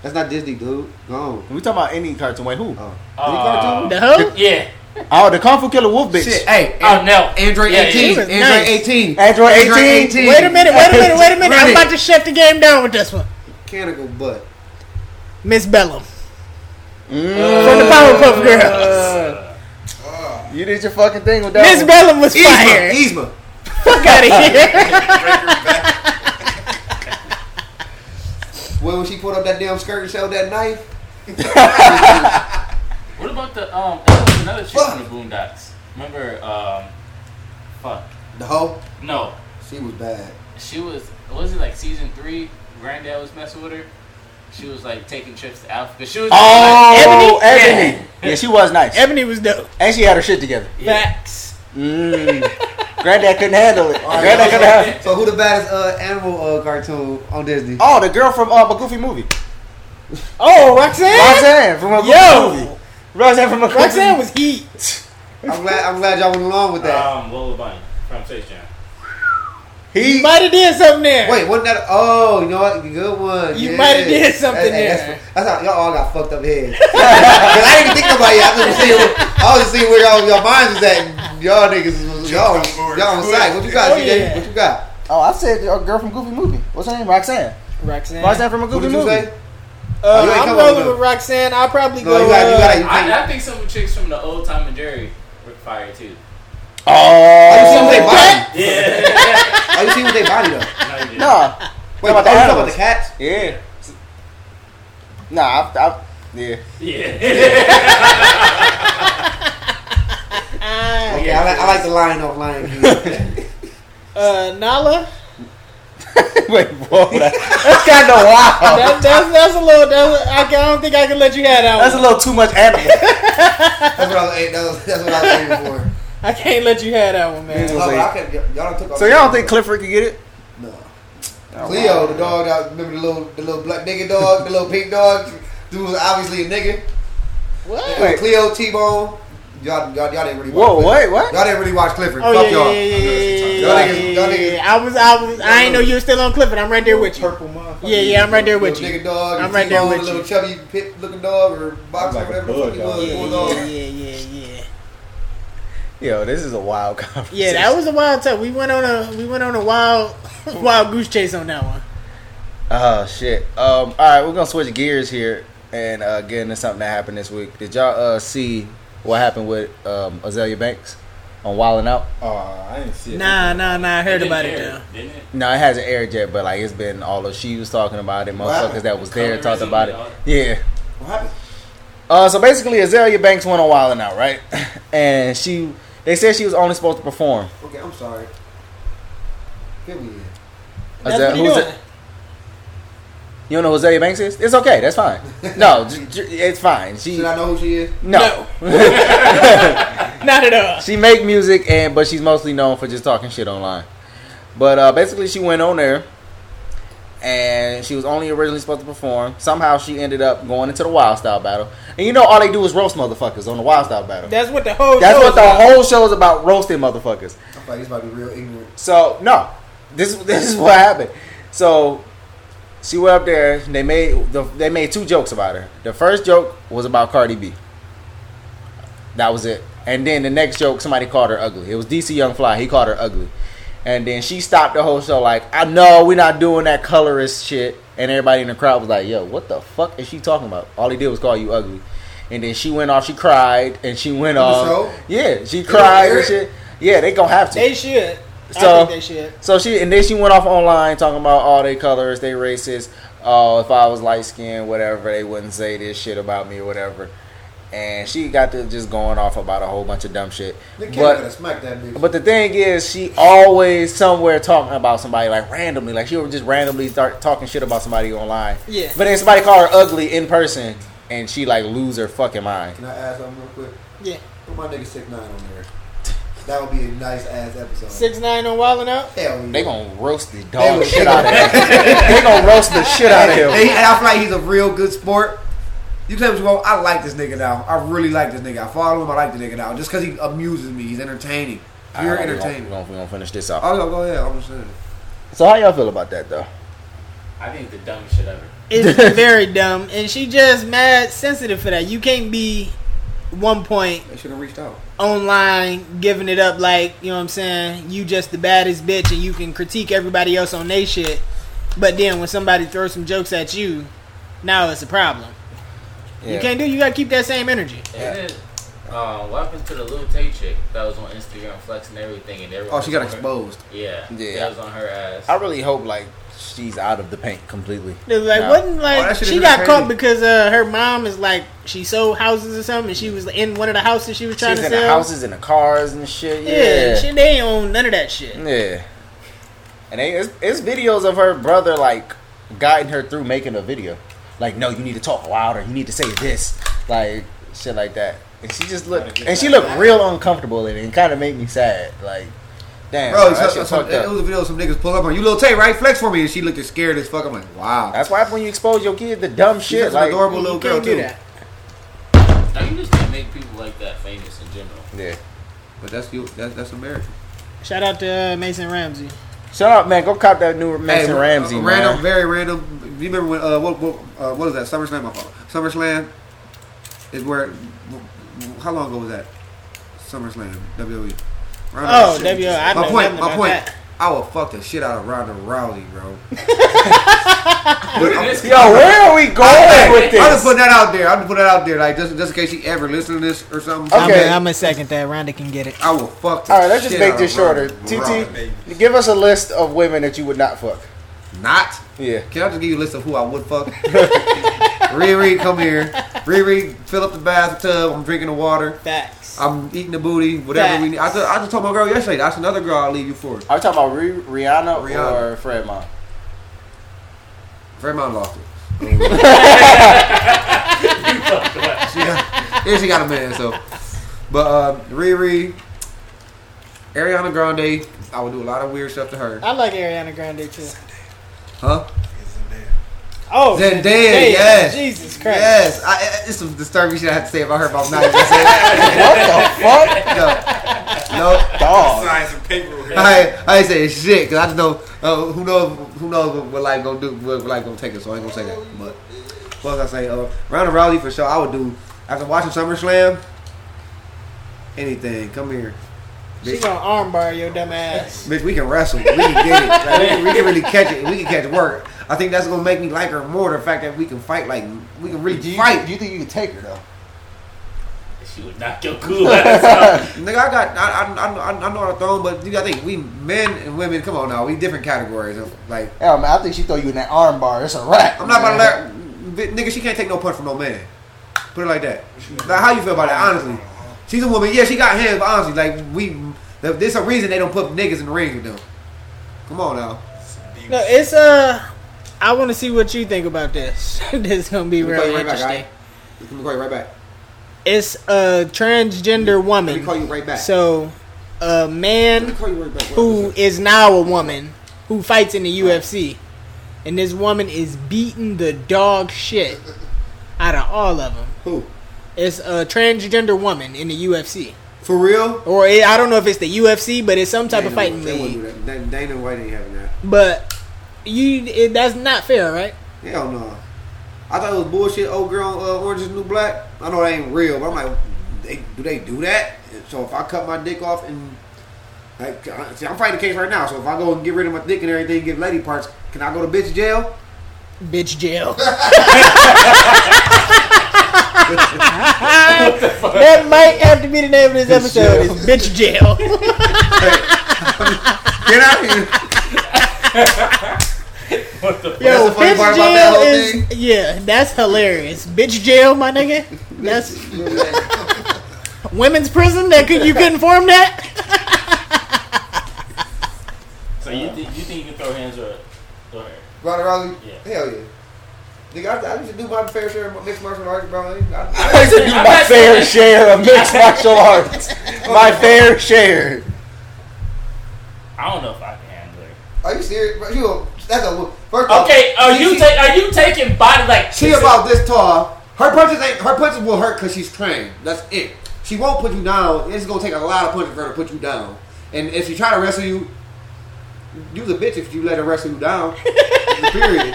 That's not Disney, dude. Gone. we talking about any cartoon? Wait, who? Oh. Uh, The hoe? yeah. Oh, the Kung Fu Killer Wolf bitch. Shit. Hey. Oh no. Android Yeah, 18. was Android nice. 18. Android 18? Wait a minute, wait a minute, wait a minute. I'm Run it. about to shut the game down with this one. Mechanical butt. Miss Bellum. Mm, From the Powerpuff Girls. you did your fucking thing with that. Miss one. Bellum was Yzma. fire. Yzma. Fuck out of here. When when she pulled up that damn skirt and showed that knife. What about the um? There was another chick from the Boondocks. Remember um? Fuck. The hoe. No. She was bad. She was was it like season three? Granddad was messing with her. She was like taking trips to Africa. She was Oh, like, Ebony. Yeah. she was nice, Ebony was dope. and she had her shit together. Yeah. Facts. Mm. Granddad couldn't handle it. right, Granddad couldn't handle it. So who the baddest uh, animal uh, cartoon on Disney? Oh, the girl from um, a Goofy movie. Oh, Roxanne. Roxanne from a Goofy Yo. movie. Roxanne from a Goofy Roxanne was heat. I'm glad. I'm glad y'all went along with that. Um, Lola Bunny from Space Jam. You He might have did something there. Wait, wasn't that? Oh, you know what? Good one. You yeah. might have did something Hey, hey, there. That's, that's how y'all all got fucked up heads. 'Cause I didn't think about y'all. I was just seeing, I was just seeing where y'all, y'all minds was at. And y'all niggas, was, y'all, Jumped on board. y'all on side. What you got? Oh, CJ? yeah. What you got? Oh, I said a girl from Goofy movie. What's her name? Roxanne. Roxanne. Roxanne from a What Goofy did you movie. say? Uh, you ain't I'm come rolling over. with Roxanne. I'll probably No, go. you got, you uh, got, you I, got. I think some chicks from the old Tom and Jerry were fired too. Oh, you see what they Oh, body? Yeah. Oh, you see what they body though? No, you didn't. no. about Wait, the about the, oh, you talking about animals? the cats? Yeah. Nah, I, I, yeah. Yeah. uh, Oh, Okay, Yeah, I, like, I like the lion off Lion King. uh, Nala. Wait, whoa, that, that's kind of wild. That, that's that's a little. That's a, I, can- I don't think I can let you have that That's a one. little too much animal. that's what I was. eh, That was that's what I was aiming for. I can't let you have that one, man. Yeah. Oh, but I could, y'all done took so y'all don't think Clifford could get it? Oh, No. Cleo, the dog that remember the little the little black nigga dog, the little pink dog. Dude was obviously a nigga. What? Wait. Cleo, T Bone. Y'all, y'all, y'all didn't really. Watch Whoa, Clifford. wait, what? Y'all didn't really watch Clifford. Oh Fuck yeah, y'all. yeah, yeah, Y'all yeah, yeah, niggas- yeah, y'all yeah, niggas- yeah. I was, I was, I ain't know you were still on Clifford. I'm right there with you. Purple motherfucker. Yeah, yeah, I'm right there with Little you. nigga dog. I'm and right there T-Bone, with the little you. chubby pit looking dog or boxer, Like a whatever the fuck he bulldog. was. Yeah, bulldog. yeah, yeah, yeah, yeah. Yo, this is a wild conversation. Yeah, that was a wild time. We went on a we went on a wild wild goose chase on that one. Oh shit. Um, all right, we're gonna switch gears here and uh, get into something that happened this week. Did y'all uh, see what happened with um, Azalea Banks on Wildin' Out? Oh, I didn't see it. Nah, nah, nah. I heard didn't about it air, now. Didn't it? No, it hasn't aired yet, but like it's been all of she was talking about it, motherfuckers that was there talked Colorism, about it. dog. Yeah. What happened? Uh, so basically, Azalea Banks went on Wildin' Out, right? And she, they said she was only supposed to perform. Okay, I'm sorry. Here we is. That's Azalea- what he who's doing. it? You don't know who Azalea Banks is? It's okay. That's fine. No, j- j- it's fine. She Should I know who she is? no. Not at all. she make music and but she's mostly known for just talking shit online. But uh, basically, she went on there, and she was only originally supposed to perform. Somehow, she ended up going into the Wild Style battle. And you know, all they do is roast motherfuckers on the Wild Style battle. That's what the whole. That's show what is the about. whole show is about: roasting motherfuckers. I'm like, this might be real ignorant. So no, this this is what happened. So she went up there. They made the, they made two jokes about her. The first joke was about Cardi B. That was it. And then the next joke, somebody called her ugly. It was DC Young Fly. He called her ugly. And then she stopped the whole show like, I know we're not doing that colorist shit. And everybody in the crowd was like, Yo, what the fuck is she talking about? All he did was call you ugly. And then she went off. She cried, and she went the off. show? Yeah, she cried air and it? shit. Yeah, they gonna have to. They should. I So- think they should. So she and then she went off online talking about all they colors, they racist. Oh, if I was light skinned, whatever, they wouldn't say this shit about me or whatever. And she got to just going off about a whole bunch of dumb shit. Nick Cannon But gonna smack that bitch. but the thing is, she always somewhere talking about somebody like randomly, like she'll just randomly start talking shit about somebody online. Yeah. But then somebody call her ugly in person, and she like lose her fucking mind. Can I ask something real quick? Yeah. Put my nigga six nine on there. That would be a nice ass episode. Six nine on Wildin' Out. Hell yeah. They gonna roast the They dog would- shit out of him. they gonna roast the shit out of him. And he- and I feel like he's a real good sport. You can say what you want. I like this nigga now. I really like this nigga. I follow him. I like the nigga now. Just because he amuses me. He's entertaining. Alright, You're we gonna- we entertaining. gonna- we gonna finish this off. Oh, no, go ahead. I'm just saying. So how y'all feel about that though? I think the dumbest shit ever. It's very dumb, and she just mad sensitive for that. You can't be one point They should have reached out. online giving it up like you know what I'm saying. You just the baddest bitch, and you can critique everybody else on they shit. But then when somebody throws some jokes at you, now it's a problem. You can't do. You gotta keep that same energy. And then, um, what happened to the little Tay chick that was on Instagram flexing everything and everyone? Oh, she got was on her- exposed. Yeah, Yeah. That was on her ass. I really hope like she's out of the paint completely. It was like Nah. wasn't like that shit is she got crazy. caught because uh, her mom is like she sold houses or something, and she was in one of the houses she was trying She's to in sell. the houses and the cars and shit. Yeah, Yeah. Mm, shit, they ain't own none of that shit. Yeah. And they, it's, it's videos of her brother like guiding her through making a video. Like, no, you need to talk louder. You need to say this, like shit like that. And she just looked, and she looked real uncomfortable, and it kind of made me sad. Like, damn, Bro, bro, that so- shit so- fucked it up. was a video of some niggas pull up on you, little Tay, right? Flex for me, and she looked as scared as fuck. I'm like, wow. That's why when you expose your kid to dumb She's shit, such an like adorable little you girl can't too. do that. Now you just can't make people like that famous in general. yeah. But that's you. That's that's America. Shout out to uh, Mason Ramsey. Shut up, man. Go cop that new Mason Hey, Ramsey, uh, man. Random, very random. Do you remember when? Uh, what, what, uh, what was that? SummerSlam, my fault. SummerSlam is where. How long ago was that? SummerSlam, WWE. Ronda- Oh, shit. W. I know my point. nothing My about point. that. I would fuck the shit out of Ronda Rousey, bro. This Yo, where are we going with I'm just this? putting that out there. I'm just putting that out there, like just just in case she ever listens to this or something. Okay. I'm gonna second that. Rhonda can get it. I will fuck. The All right, let's just shit make out this of shorter. Ronda Rousey. TT, give us a list of women that you would not fuck. not. Yeah. Can I just give you a list of who I would fuck? Riri, come here. Riri, fill up the bathtub. I'm drinking the water. Facts. I'm eating the booty. Whatever we need. I just, I just told my girl yesterday. That's another girl I'll leave you for. Are we talking about Rih- Rihanna, Rihanna. or Fred Mom? Fremont lost it. she got, yeah, she got a man. So, but uh, Riri, Ariana Grande. I would do a lot of weird stuff to her. I like Ariana Grande too. Huh? Oh, Zendaya, yes. Jesus Christ. Yes. I, I, it's some disturbing shit I have to say about her, but I'm not even saying that. What the fuck, No. no. dog? Signs and paperwork. Uh-huh. I I ain't saying shit because I just know uh, who knows who knows what, what life gonna do what, what life gonna take us. So I ain't gonna say that. But plus I say uh, Ronda Rousey for sure. I would do after watching SummerSlam. Anything. Come here, She bitch. gonna armbar your dumb ass. bitch. We can wrestle. We can get it. Like, we, can, we can really catch it. We can catch work. I think that's gonna make me like her more. The fact that we can fight like we can really fight. think you can take her though? She would knock your cool ass out. Nigga, I got I I, I, know- I know how to throw, but you gotta think we men and women. Come on now, we different categories. of, Like Yeah, man, I think she throw you in that arm bar. It's a wrap. I'm not about to let nigga. She can't take no punch from no man. Put it like that. Like, how you feel about that? Honestly, she's a woman. Yeah, she got hands, but honestly, like we, there's a reason they don't put niggas in the ring with them. Come on now. No, it's uh, I want to see what you think about this. this is gonna be Let me call really you right back, interesting. right? Let me call you right back. It's a transgender Let me woman. call you right back. So, a Let me man call you right back. who is now a woman who fights in the UFC, and this woman is beating the dog shit out of all of them. Who? It's a transgender woman in the UFC, For real? or it, I don't know if it's the UFC, but it's some type of Dana- fighting they wouldn't league. do that. Da- Dana White ain't having that. But you, it, that's not fair, right? Hell no. I thought it was bullshit. Old girl, uh, Orange is the New Black. I know that ain't real, but I'm like, they, do they do that? So if I cut my dick off and like, I- see, I'm fighting the case right now. So if I go and get rid of my dick and everything, get lady parts, can I go to bitch jail? Bitch jail. that might have to be the name of this episode. Is bitch jail. Get out of here. What the Yo, That's the funny bitch part about that jail whole is thing. yeah, that's hilarious. Bitch jail, my nigga. That's women's prison. That could you couldn't form that? So you think you think you can throw hands or or Ronda Rousey? Yeah. Hell yeah. Nigga, I, I used to do my fair share of mixed martial arts, bro. I- I said you I'm my not fair share of mixed martial arts. My fair share. I don't know if I can handle it. Are you serious? Bro, you a, that's a first off, Okay, are she- you she- take are you taking body like Oh. She about this tall. Her punches ain't her punches will hurt because she's trained. That's it. She won't put you down. It's gonna take a lot of punches for her to put you down. And if she try to wrestle you, you's a bitch if you let her wrestle you down. Period.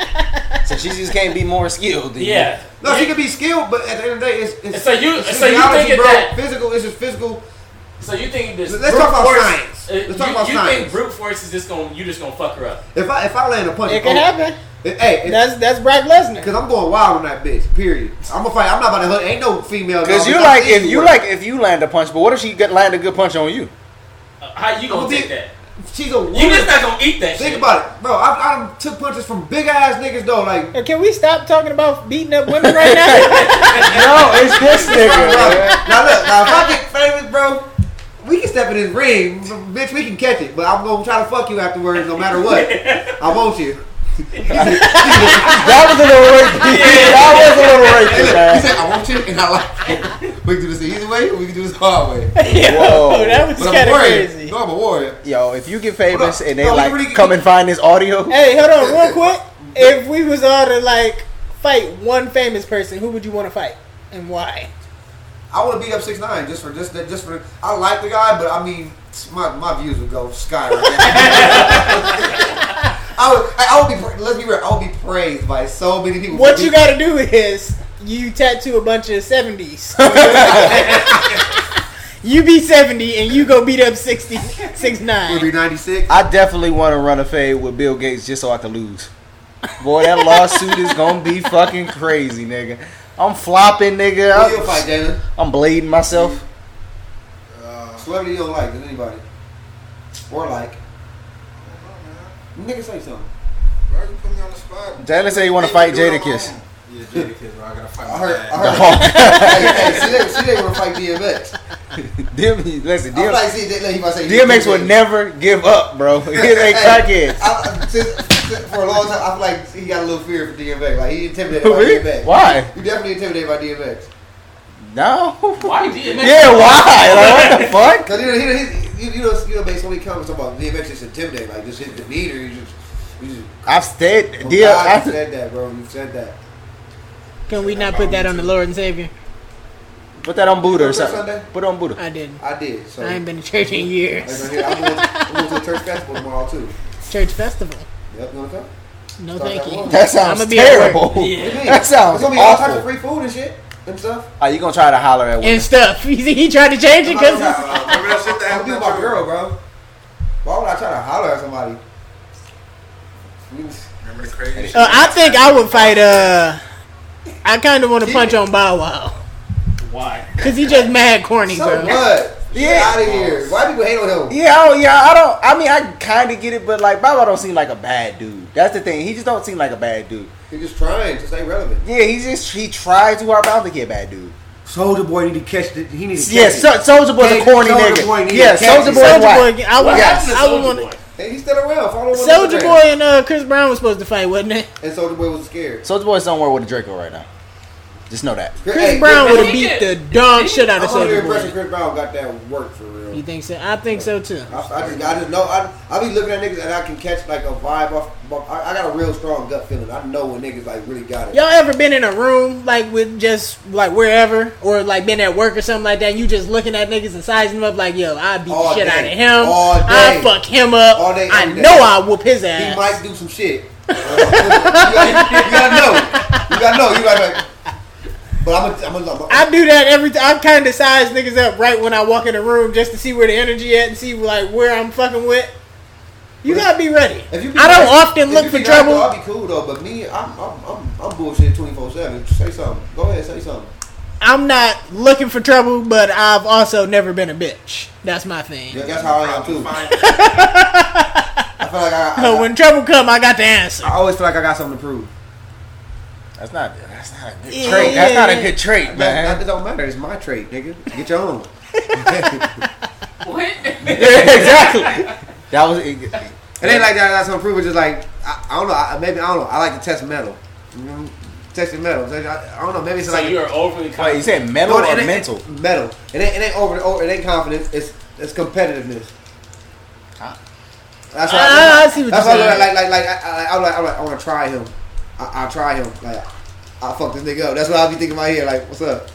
So she just can't be more skilled. Than you. Yeah. No, she can be skilled, but at the end of the day, it's, it's So you- it's so you physiology, thinking bro. that- physical? It's just physical. So you think this? Let's brute talk about force- science. uh, Let's talk you, about you science. think brute force is just gonna you just gonna fuck her up? If I if I land a punch, It can happen. If, hey, if, That's that's Brock Lesnar. Cause I'm going wild on that bitch. Period. I'm gonna fight. I'm not about to hurt. Ain't no female. Cause you dog. I'm like easy if you with her. like if you land a punch, but what if she get land a good punch on you? Uh, How you I'ma gonna take be- that? she's a woman. You just not gonna eat that. Think shit. about it, bro. I, I done took punches from big ass niggas though. Like, Can we stop talking about beating up women right now? No, it's this bro, nigga. now look, now if I get famous, bro, we we can step in his ring, bitch. We can catch it, but I'm gonna try to fuck you afterwards, no matter what. I want you. That was a little racist. That Hey, look, he was a little racist, man. said, I want you and I like you. We can do this the easy way or we can do this the hard way. But Whoa. Yo, that was I'm kind a of warrior. crazy. No, I'm a warrior. Yo, if you get famous Hold up. and they No, we like really- come and find this audio, Hey, hold on, real quick. If we was all to like fight one famous person, who would you want to fight and why? I want to beat up six nine just for just that just for. I like the guy, but I mean, my, my views would go skyrocketing. I would I I would be pra- let's be real. I would be praised by so many people. What you got to do is you tattoo a bunch of seventies. you be seventy and you go beat up 60, 69. Would be ninety six. I definitely want to run a fade with Bill Gates just so I can lose. Boy, that lawsuit is gonna be fucking crazy, nigga. I'm flopping, nigga. Who you fight, I'm, Jalen? I'm blading myself. Uh, Celebrity you don't like than anybody, or like. Nigga, say something. bro, you put me on the spot. Jalen said he want to Hey, fight you doing Jada Kiss. it alone. Yeah, Jada Kiss, bro. I gotta fight I my heard. dad. I heard. hey, hey, see, they, see, they want to fight DMX. DM, listen, I'm DM, like, see, they, like, he about to say he DMX would DMX. never give up, bro. He's a crackhead. I, I- since, since- for a long time, I feel like he got a little fear for DMX. Like he intimidated by Really? DMX. Why? You definitely intimidated by DMX. No. Why did Yeah, why? Like, what the fuck? Cause you know, he, he, you, you know, you know, made so many comments about DMX is intimidating. Like just his demeanor, you just, you just. I've said, Oh, DM, God, I, you said that, bro. You said that. Can we not put that on the Lord and Savior? put that on Buddha or Put that something. Sunday? Put it on Buddha. I didn't. I did. So. I ain't been to church in years. Like, right here, I'm going, I'm going to the church festival tomorrow too. Church festival. Yep, you wanna come? No, Start thank that you. one. That sounds I'ma be at terrible. work. Yeah. What do you mean? That sounds It's gonna be all types of awful. free food and shit and stuff. Are you gonna try to holler at women? And stuff. You see, he tried to change it because I'm Uh, remember that shit that gonna happened? be with at my your- girl, bro. Why would I try to holler at somebody? Remember the crazy shit? uh, I think I would fight. Uh, I kind of want to punch on Bow Wow Why? because he just mad corny, So bro. what? Get Yeah. out of here. Why people hate on him? Yeah, I don't, yeah, I don't. I mean, I kind of get it, but like Bob, don't seem like a bad dude. That's the thing. He just don't seem like a bad dude. He's just trying. Just ain't relevant. Yeah, he just he tried too hard, but I don't think he a bad dude. Soldier Boy need to catch the. He needs Yeah, so, Soldier Boy's a Hey, corny Soulja nigga. Boy need yeah, to catch Soldier it. Boy. Soldier white. Boy, I would, What happened to I would Soldier want Boy? hey, he's still around. Follow him. on Soldier Instagram. Boy and uh, Chris Brown was supposed to fight, wasn't it? And Soldier Boy was scared. Soldier Boy's somewhere with a Draco right now. Just know that. Chris Brown Chris, would have he beat the did. dog shit out I'm of under the Soldier impression Boy. Chris Brown got that work for real. You think so? I think so too. I, I just, I just know. I, I be looking at niggas and I can catch like a vibe off. off- I, I got a real strong gut feeling. I know when niggas like really got it. Y'all ever been in a room like with just like wherever or like been at work or something like that? And you just looking at niggas and sizing them up like, yo, I beat All the shit day. out of him. All I day. fuck him up. All day, I every day. know I whoop his He ass. might do some shit. you, gotta, you gotta know. You gotta know. You gotta. Like, but I'm gonna. I'm gonna. I'm gonna I do that every time. I kind of size niggas up right when I walk in the room just to see where the energy at and see like where I'm fucking with. You gotta be ready. If you be I don't nice- often if look you for be nice, trouble. though, I'll be cool though, but me, I'm I'm I'm, I'm bullshit twenty four seven. Say something. Go ahead, say something. I'm not looking for trouble, but I've also never been a bitch. That's my thing. Yeah, that's how I am Probably too. fine. I feel like I, I, So when trouble come, I got the answer. I always feel like I got something to prove. That's not. That's not a good Yeah, trait. yeah, that's not yeah. a good trait, That, man. that don't matter. It's my trait, nigga. Get your own. What? yeah, exactly. That was. It ain't like that. That's something to prove. It's just like I, I don't know. I, maybe I don't know. I like to test metal. You know, testing metal. So, I, I don't know. Maybe it's So like you are overly Wait, you confident. said metal No, it or ain't- mental? Metal. It ain't, it ain't over, over. It ain't confidence. It's it's competitiveness. Ah. That's Ah, I see what that's you're why I saying. like like like I, I, I'm like I'm like I want to try him. I, I try him. Like I fuck this nigga up. That's what I be thinking in my head. Like what's up?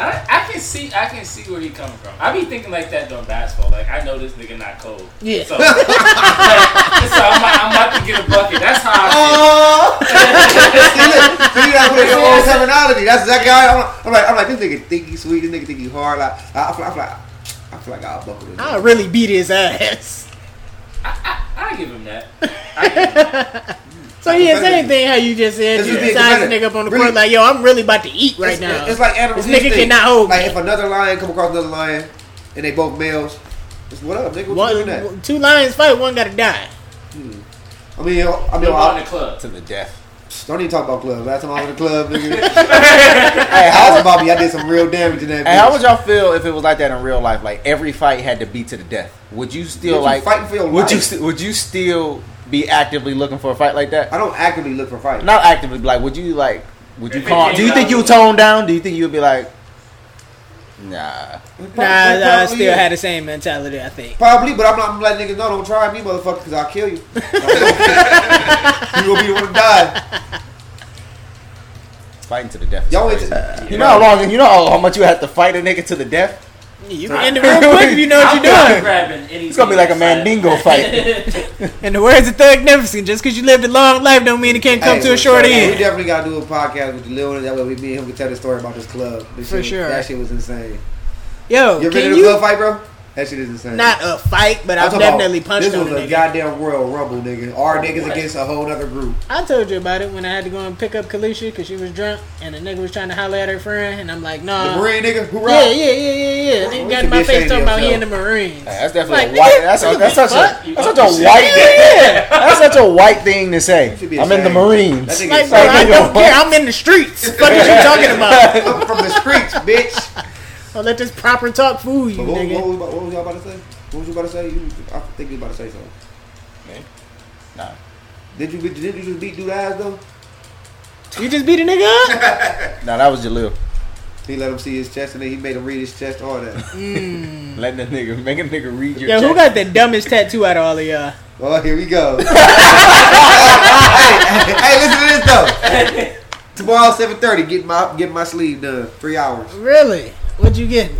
I, I can see I can see where he coming from. I be thinking like that during basketball. Like I know this nigga not cold. Yeah. So, so I'm, about- I'm about to get a bucket. That's how I Um, feel. Oh, see, look, see, you gotta put in your own terminology. That's exactly how I'm, I'm like. I'm like this nigga think he sweet. This nigga think he hard. Like I, I feel, I feel like I feel like I'll buckle this. I really beat his ass. I give him that. I give him that. So yeah, same thing how you just said. It's You just just being size a nigga up competitive. on the Really- court like, yo, I'm really about to eat right it's, now. It's like animals. This nigga cannot hold Like me. if another lion come across another lion and they both males, it's what up, nigga? What you one, doing that? two lions fight, one gotta die. I mean, I mean, You're I, in the club. To the death. Don't even talk about club. Last time I was in the club, nigga. hey, house Bobby, I did some real damage in that. And how bitch. would y'all feel if it was like that in real life? Like every fight had to be to the death. Would you still Would you like fight for your Would you life? st- would you still be actively looking for a fight like that? I don't actively look for fights. Not actively, but like would you like would you If it calm? came Do you think down you to would it. tone down? Do you think you would be like, nah? Nah, I, I still had the same mentality. I think. Probably, but I'm not I'm letting niggas know. Don't try me, motherfucker, because I'll kill you. you gonna be the one to die. Fighting to the death. is Y'all ain't. crazy. you know how long? You know how, how much you have to fight a nigga to the death? You can end it real quick if you know what I'm you're not doing. Grabbing anything It's gonna be like a outside. mandingo fight. In the words of Thug Magnificent, just because you lived a long life don't mean it can't come Hey, to a short hey, We end. definitely gotta do a podcast with the little one. That way, we me and him can tell the story about this club. This For shit, sure. that shit was insane. Yo, You ever been can in a you club fight, bro? That shit is insane. not a fight, but I'm I've talking about- definitely punched This was on a a nigga. goddamn Royal Rumble, nigga. Our niggas against a whole other group. I told you about it when I had to go and pick up Kalisha because she was drunk and the nigga was trying to holler at her friend, and I'm like, The nah. Marine nigga, who Uh, Yeah, rocked? yeah, yeah, yeah, yeah. Nigga got We should in be my ashamed face of talking about he in yourself. the Marines. That's definitely Like, a white. nigga, That's, a, that's such fuck? a that's such a white. Yeah, that's such a white thing to say. should be I'm in the ashamed. Marines. That nigga Like, is bro, so- I don't care. I'm in the streets. What are you talking about? I'm from the streets, bitch. Don't let this proper talk fool you, But what, what, nigga. was, about- what was y'all about to say? What was you about to say? You, I think you was about to say something. Nah. Did you did you just beat dude ass though? You just beat a nigga up? Nah, that was Jalil. He let him see his chest and then he made him read his chest, all that. Letting a nigga, make a nigga read your. Yo, who got text. the dumbest tattoo out of all of y'all? well, Oh, here we go. hey, hey, hey, listen to this though. Tomorrow seven thirty, get my get my sleeve done. Three hours. Really? What you getting?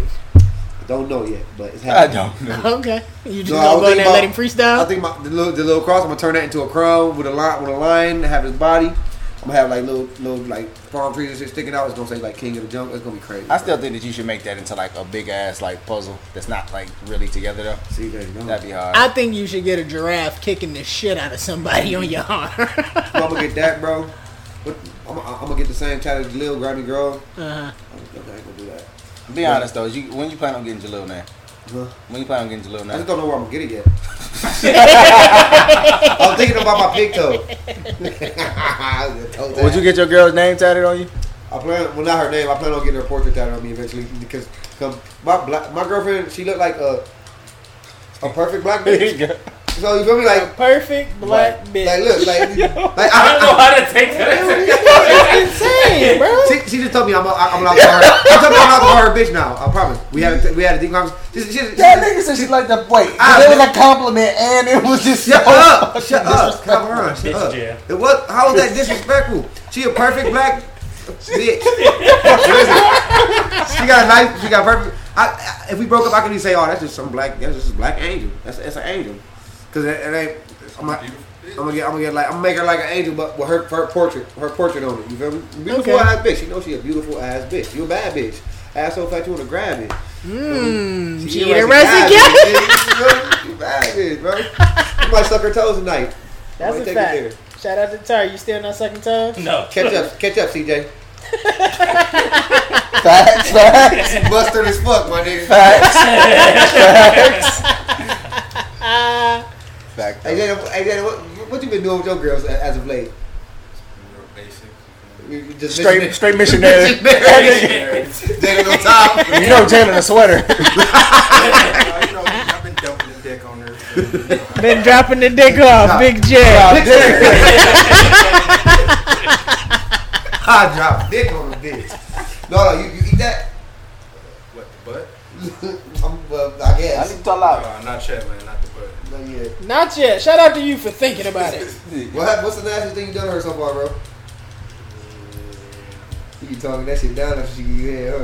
Don't know yet, but it's I happening. don't know. Okay. You just So I gonna was go in thinking there and let him about- freestyle? I think my, the little the little cross. I'm gonna turn that into a crown with a line with a line. Have his body. I'm gonna have like little little like palm trees and shit sticking out. It's gonna say like King of the Jungle. It's gonna be crazy. I still think that you should make that into like a big ass like puzzle that's not like really together though. see there you go. That'd be hard. I think you should get a giraffe kicking the shit out of somebody on your arm. So I'm gonna get that, bro. What, I'm, I'm gonna get the same tattoo as Lil Grammy Girl. uh-huh. I'm, I ain't gonna do that. Be honest though, you, when you plan on getting Jalil now? Huh? When you plan on getting Jalil I just now? don't know where I'm gonna get it yet. I'm thinking about my pig toe. Would you get your girl's name tatted on you? I plan, well, not her name. I plan on getting her portrait tattooed on me eventually because come my black, my girlfriend, she looked like a a perfect black bitch. So you feel me? Like, Perfect black bitch. like look, like, like I don't know I, I, how to take that. That's insane, bro. she, she just told me I'm a, I'm allowed to call her. I'm telling her I'm allowed to call her a bitch now. I promise. We had a, we had a deep conversation. She, she, she, That nigga said she liked the wait. Ah, It was a compliment and it was just Shut so up! fucking Shut up! Come on! Shut Bitch up! jail. It was how was that disrespectful? She a perfect black bitch. Listen, she got a nice. She got perfect. I, I, if we broke up, I could even say, "Oh, that's just some black. That's just a black angel. That's that's an angel." Because it, it ain't. I'm not, I'm gonna get. I'm gonna get like. I'm gonna make her like an angel, but with her, her portrait, her portrait on it. You feel me? Beautiful Okay. ass bitch. You know she a beautiful ass bitch. You a bad bitch. Ass so fat you wanna grab it. Mm, she You the a bad rest of you. bitch, you feel me? You bad bitch, bro. You might suck her toes tonight. That's Might a take it there. fact. Shout out to Tar. You still not sucking toes? No. Catch up, catch up, CJ. facts, facts, Busted as fuck, my nigga. facts, Oh. Ah, facts. Hey, Jada, hey, Jada, what, what you been doing with your girls a- as of late? Real basic. You- you Just Straight, listening straight missionary. to- Jada on top. you know, Jalen a sweater. Uh, you know, I've been dumping the dick on her. so, you know, been dropping the dick off, Big J. Nah, dick. I drop dick on the bitch. No, no, you, you eat that? What the butt? I'm, well, I I guess. need to talk loud. Uh, not yet, man. Not the butt. No, yeah. Not yet. Shout out to you for thinking about it. What, what's the nastiest thing you done to her so far, bro? You talking that shit down after she give you head, huh?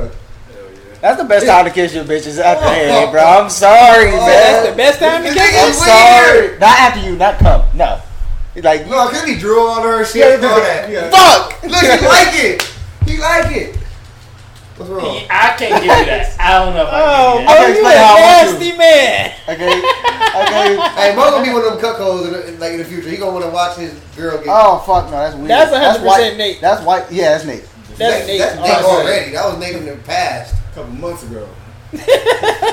Hell yeah. That's the best time to kiss your bitches after head, bro. I'm sorry, That's man. the best time to kick I'm it. sorry. Not after you, not come. No. Like, No, cause he drew on her shit and all that. fuck! Look, he like it. He like it. What's Yeah, wrong? I can't give you that. I don't know if Oh, I can bro, you a Okay, give you that. explain how I want nasty man. Okay. Okay. Hey, Mo gonna be one of them cuckolds in the, in, like in the future. He gonna want to watch his girl get. Oh fuck no, that's weird. That's 100% white. Nate. That's white. Yeah, that's Nate. That's Nate. That's Nate already. That was Nate in the past. A couple months ago.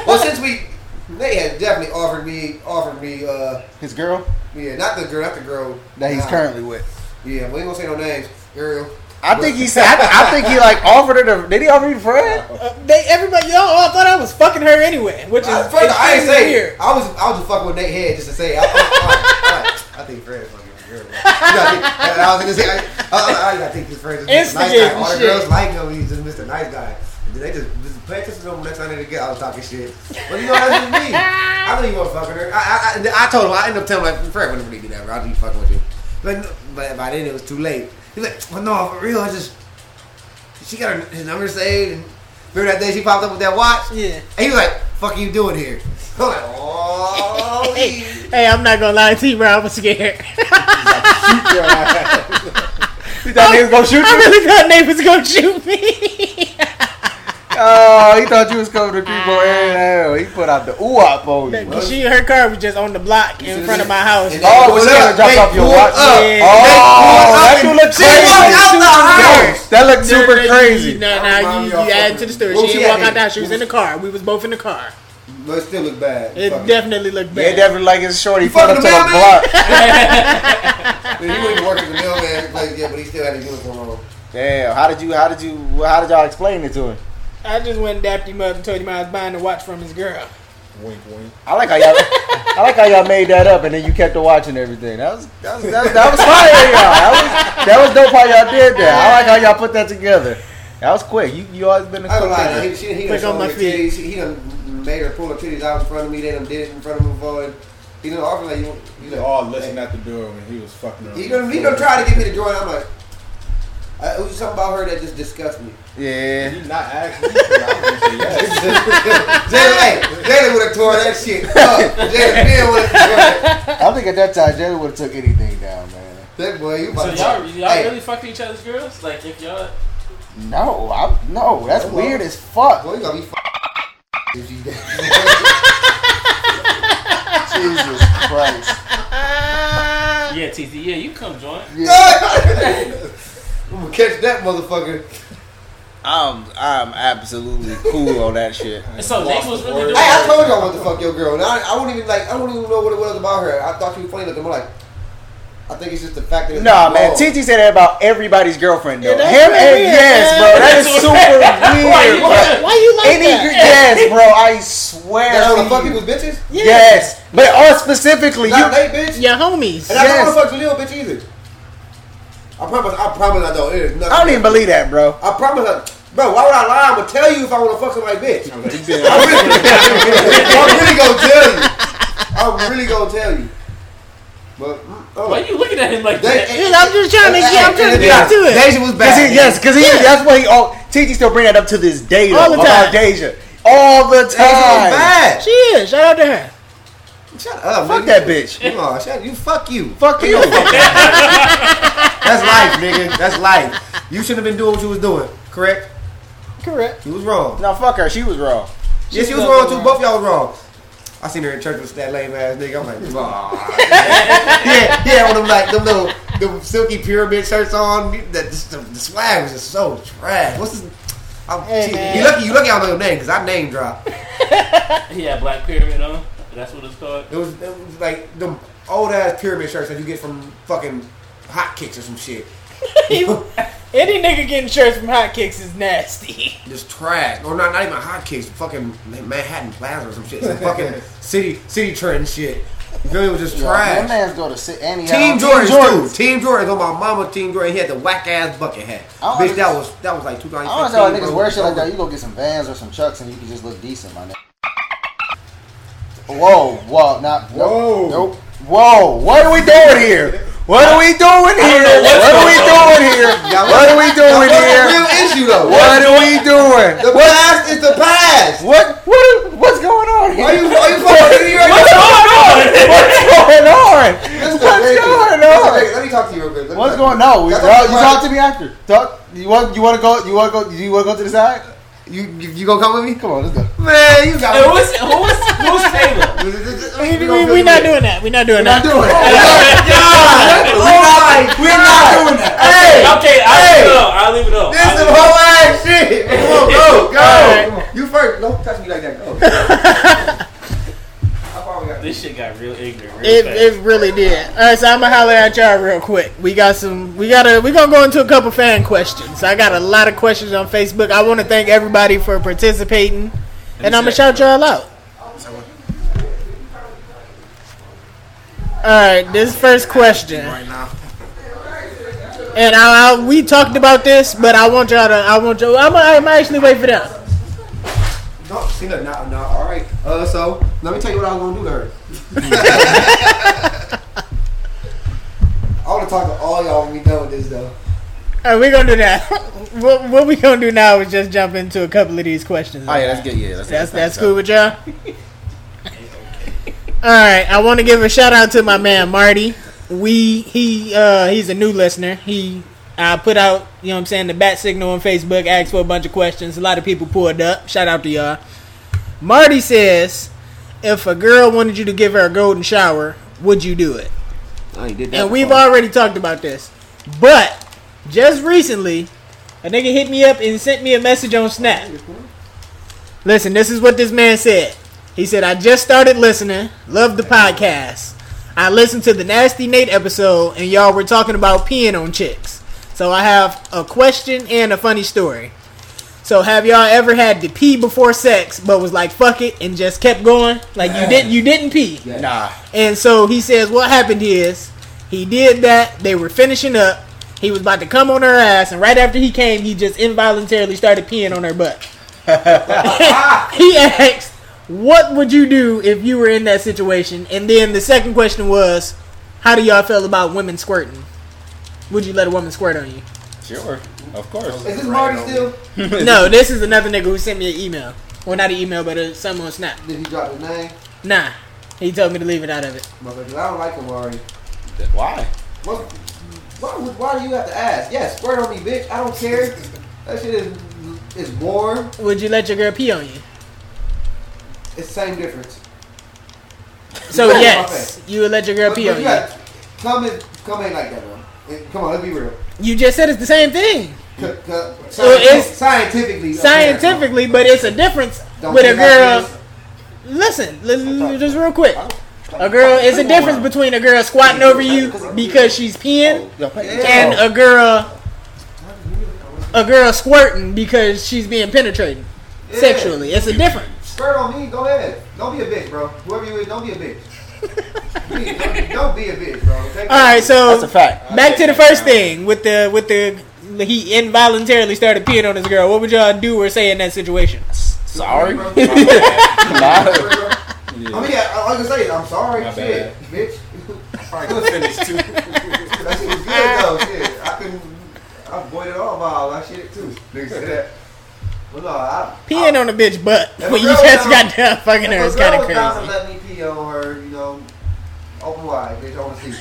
Well, since we, Nate has definitely offered me, offered me, uh, His girl yeah, not the girl, not the girl that he's now. currently with. Yeah, we ain't gonna say no names. Ariel. I think he said. I, th- I think he like offered her. The, did he offer you the Fred? Uh, they everybody y'all all thought I was fucking her anyway, which is I, first, I ain't extremely say weird. I was I was just fucking with Nate head just to say. I, I, I, I, I think Fred's fucking a girl. bro. You gotta think- uh, I I was gonna say I, I, I, I gotta think this Fred's just Mr. nice guy. Instigating All the shit. girls like him. He's just Mr. Nice Guy. And then they just, just pay attention to him next time they get. I was talking shit, but you know that's just me. I don't even want to fuck with her. I, I, I, I told him I ended up telling him like Fred wouldn't really do that. Bro. I'll just fucking with you. But but by then it was too late. He's like, well, no, for real. I just she got her, his number saved. And remember that day she popped up with that watch? Yeah. And he was like, fuck you doing here? I'm like, oh, Hey, hey, I'm not gonna lie to you, bro. I was scared. He thought he was gonna shoot I you. really thought Nate was gonna shoot me. Oh, he thought you was coming to people. Hell, he put out the ooh op on you. she her car was just on the block in front of my house. And- Oh, was Pulled gonna up. drop They off your pulled watch? up. Yeah. Oh, that They you pulled look up. She walked crazy. out the house. That looked No, super no, you- crazy. No, no, That remind you, me of you add fucking- to the story. Well, She she didn't walk had out it. that. She was in the car. We was both in the car. But it still look bad. It Fuck definitely looked bad. Yeah, it definitely like it's shorty. You Put up to the fucking the mailman? block. He wouldn't work as a mailman, like, yeah, but he still had his uniform on. Damn, how did you? How did you? How did y'all explain it to him? I just went and dapped him up and told him I was buying the watch from his girl. Wink, wink. I like how y'all. I like how y'all made that up, and then you kept on watching everything. That was that was that, was- that was fire, y'all. That was that was dope how y'all did that. I like how y'all put that together. That was quick. You you always been a I quick don't lie, thinker. he, she, he done Click showed on me my her feet. titties. He, he done made her pull her titties out in front of me. They done did it in front of him before. And he done offered, like, you, you We know, all listening at the door when he was fucking up. He done, he done tried to get me to join. I'm like, I, it was something about her that just disgusts me. Yeah. He not asking. me, but I wouldn't say yes. Jalen, hey, Jalen would have tore that shit up. Jalen Ben would have tore that. I think at that time Jalen would have took anything down, man. That boy, you So about y'all, to y'all Hey, really fucking each other's girls? Like if y'all, No, I'm no. That's Well, weird as fuck. Boy, you gonna be f- if you Jesus Christ. yeah, TZ, yeah, you come join. I'm gonna catch that motherfucker. I'm I'm absolutely cool on that shit. And so Nate was really doing. Hey, I told you I want to fuck your girl. And I, I wouldn't even like. I wouldn't even know what it was about her. I thought you were funny looking. I'm like, I think it's just the fact that it's Nah, man. wrong. TT said that about everybody's girlfriend though. Yeah, that's Him weird, and man. yes, bro. That is Why you super weird, bro. want- Why you like Any that? gr- yes, bro. I swear. That I to want to fuck you. people's bitches. Yeah. Yes, but or specifically, you, Not they bitch. Your homies. And I Yes. don't want to fuck your little bitch either. I promise. I promise. I don't. It is nothing. I don't even believe that, bro. I promise. I, bro, why would I lie? I'm gonna tell you if I want to fuck somebody, bitch. I'm like, yeah. I'm really, I'm really gonna tell you. I'm really gonna tell you. But mm, oh, Why you looking at him like that? Yeah, I'm just trying to get- I'm trying to get to it. Deja was Cause back. he, yes, because he that's why he. Oh, TT still bring that up to this day though, All the time. about Deja all the Deja was time. bad. She is. Shout out to her. Shut up. Fuck nigga. that bitch. You are. Shut you. Fuck you. Fuck you. That's life, nigga. That's life. You shouldn't have been doing what you was doing. Correct. Correct. You was wrong. no, fuck her. She was wrong. yes, you was wrong too. Both y'all was wrong. I seen her in church with that lame ass nigga. I'm like, aw. yeah, yeah. With them like them little the silky pyramid shirts on. That just, the, the swag was just so trash. What's this? I'm, Hey, shit, man. you lucky you lucky I don't know your name because I name drop. He had black pyramid on. That's what it's called. It was, it was like them old ass pyramid shirts that you get from fucking hot kicks or some shit. Any nigga getting shirts from Hot Kicks is nasty. Just trash, or not, not even hot kicks. Fucking Manhattan Plaza or some shit. Some fucking city city trend shit. You feel me? It was just trash. man's go to sit and Team Jordans, too. Team Jordans on my mama. Team Jordan. He had the whack ass bucket hat. I Bitch, don't that was that was like 2015. bro. You go get some Vans or some Chucks and you can just look decent, my nigga. Whoa, whoa, not Whoa. nope. Whoa, what are we doing here? What are we doing here? What are we doing here? Y'all- What are we doing What's the here? real issue though? What are we doing? The past is the past. What what what's going on Why you here? why you fucking idiot right What's going now? on? What's going on? Listen, What's listen, going listen, on? listen, Let me talk to you real quick. Let me What's talk to going on? We, That's y'all- what you my- talk to me after. Talk. You want you want to go? You want to go? You want to go to the side? You you, you gonna come with me? Come on, let's go. Man, you And got. what's who's who's Taylor? We, We, we, we not doing that. We not doing We're not that. doing it. God, We're not, we're not doing that. Hey, Okay, Hey! I'll leave it up. I'll leave This it is up. whole ass shit. Come on, go, go. Alright. Come on. You first. Don't touch me like that. Go. I probably This shit got real ignorant. Real It, fast. it really did. All right, so I'm gonna holler at y'all real quick. We got some. We gotta. We gonna go into a couple fan questions. I got a lot of questions on Facebook. I want to thank everybody for participating, and I'm gonna shout y'all out. All right, this first question, right now. and I, I we talked about this, but I want y'all to. I want y'all. I'm. I'm actually wait for them. No, see, look, no, no, all right. Uh, so let me tell you what I was gonna do to her. I want to talk to all y'all when we done with this, though. All right, we're gonna do that. what, what we gonna do now is just jump into a couple of these questions. Oh yeah, that's good. Yeah, That's that's cool with y'all. All right, I want to give a shout out to my man Marty. We he uh he's a new listener. He I put out you know what I'm saying the bat signal on Facebook. Asked for a bunch of questions. A lot of people pulled up. Shout out to y'all. Marty says, if a girl wanted you to give her a golden shower, would you do it? I ain't Oh, did that. And we've before. already talked about this. But just recently, a nigga hit me up and sent me a message on Snap. Listen, this is what this man said. He said, I just started listening. Love the podcast. I listened to the Nasty Nate episode, and y'all were talking about peeing on chicks. So I have a question and a funny story. So have y'all ever had to pee before sex, but was like, fuck it, and just kept going? Like you didn't, you didn't pee. Nah, And so he says what happened is he did that. They were finishing up. He was about to come on her ass, and right after he came, he just involuntarily started peeing on her butt. he asked, "What would you do if you were in that situation?" And then the second question was, "How do y'all feel about women squirting? Would you let a woman squirt on you?" sure, of course. Is this Marty still? no, this is another nigga who sent me an email. Well, not an email, but a, something on Snap. Did he drop his name? Nah, he told me to leave it out of it. Mother, 'cause I don't like him, Marty. Why? What? Why, would- why do you have to ask? Yes, squirt on me, bitch. I don't care. That shit is is warm. Would you let your girl pee on you? It's the same difference. So Yeah, yes, you would let your girl But- pee but on you you. got- Come in, come in like that, bro. And Come on, let's be real. You just said it's the same thing C- c- So it's- scientifically, scientifically, but it's a difference Don't with a think I can girl. just- Listen, li- li- just real quick. A girl is a difference between a girl squatting over you because she's peeing Oh. uh, and a girl a girl squirting because she's being penetrated sexually. It's a difference. Squirt on me, go ahead. Don't be a bitch, bro. Whoever you is, don't be a bitch. Please, don't, don't be a bitch, bro. Take All right, That's a so fact. back to the first thing with the with the he involuntarily started peeing on his girl. What would y'all do or say in that situation? Sorry. Bro, Nah. I mean, yeah, all I can say is I'm sorry, My shit, bitch. Probably could finish too. that shit was good though, shit. I couldn't, I avoided all miles. I shit too. Nigga said that. But no, I Peeing I, on a bitch butt If a when you girl just got down- done fucking her is kind of Down to crazy. let me pee on her, you know, open wide, bitch. I want to see.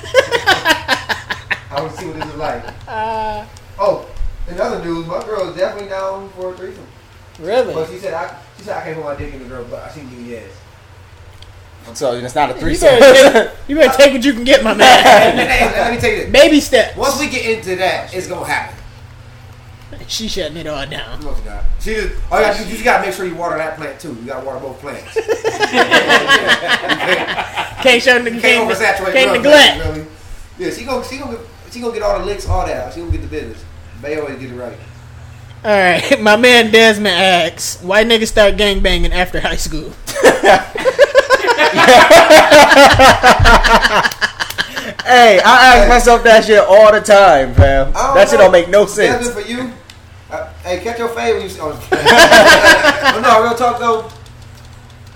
I want to see what this is like. Uh, Oh, in other news, my girl is definitely down for a threesome. But really? she said I, she said I can't put my dick in the girl, but I seen give you ass. So it's not a You threesome. better, take, you better take what you can get, my man. Hey, hey, let me tell you this. Baby step. Once we get into that, it's gonna happen. She shutting it all down. No, it's not. She just, all you, gotta do- you just gotta make sure you water that plant too. You gotta water both plants. Can't show nigga. Can't Can't, oversaturate. can't drugs, neglect. you feel me? Yeah, she gonna she gonna get- she gonna get all the licks, all that. She gonna get the business. They always get it right. All right, my man Desmond asks, "Why niggas start gangbanging after high school?" Hey, I ask Hey. myself that shit all the time, fam. I That shit know. don't make no That's sense. good for you. Uh, hey, catch your fade when you. Oh, but no, real talk though.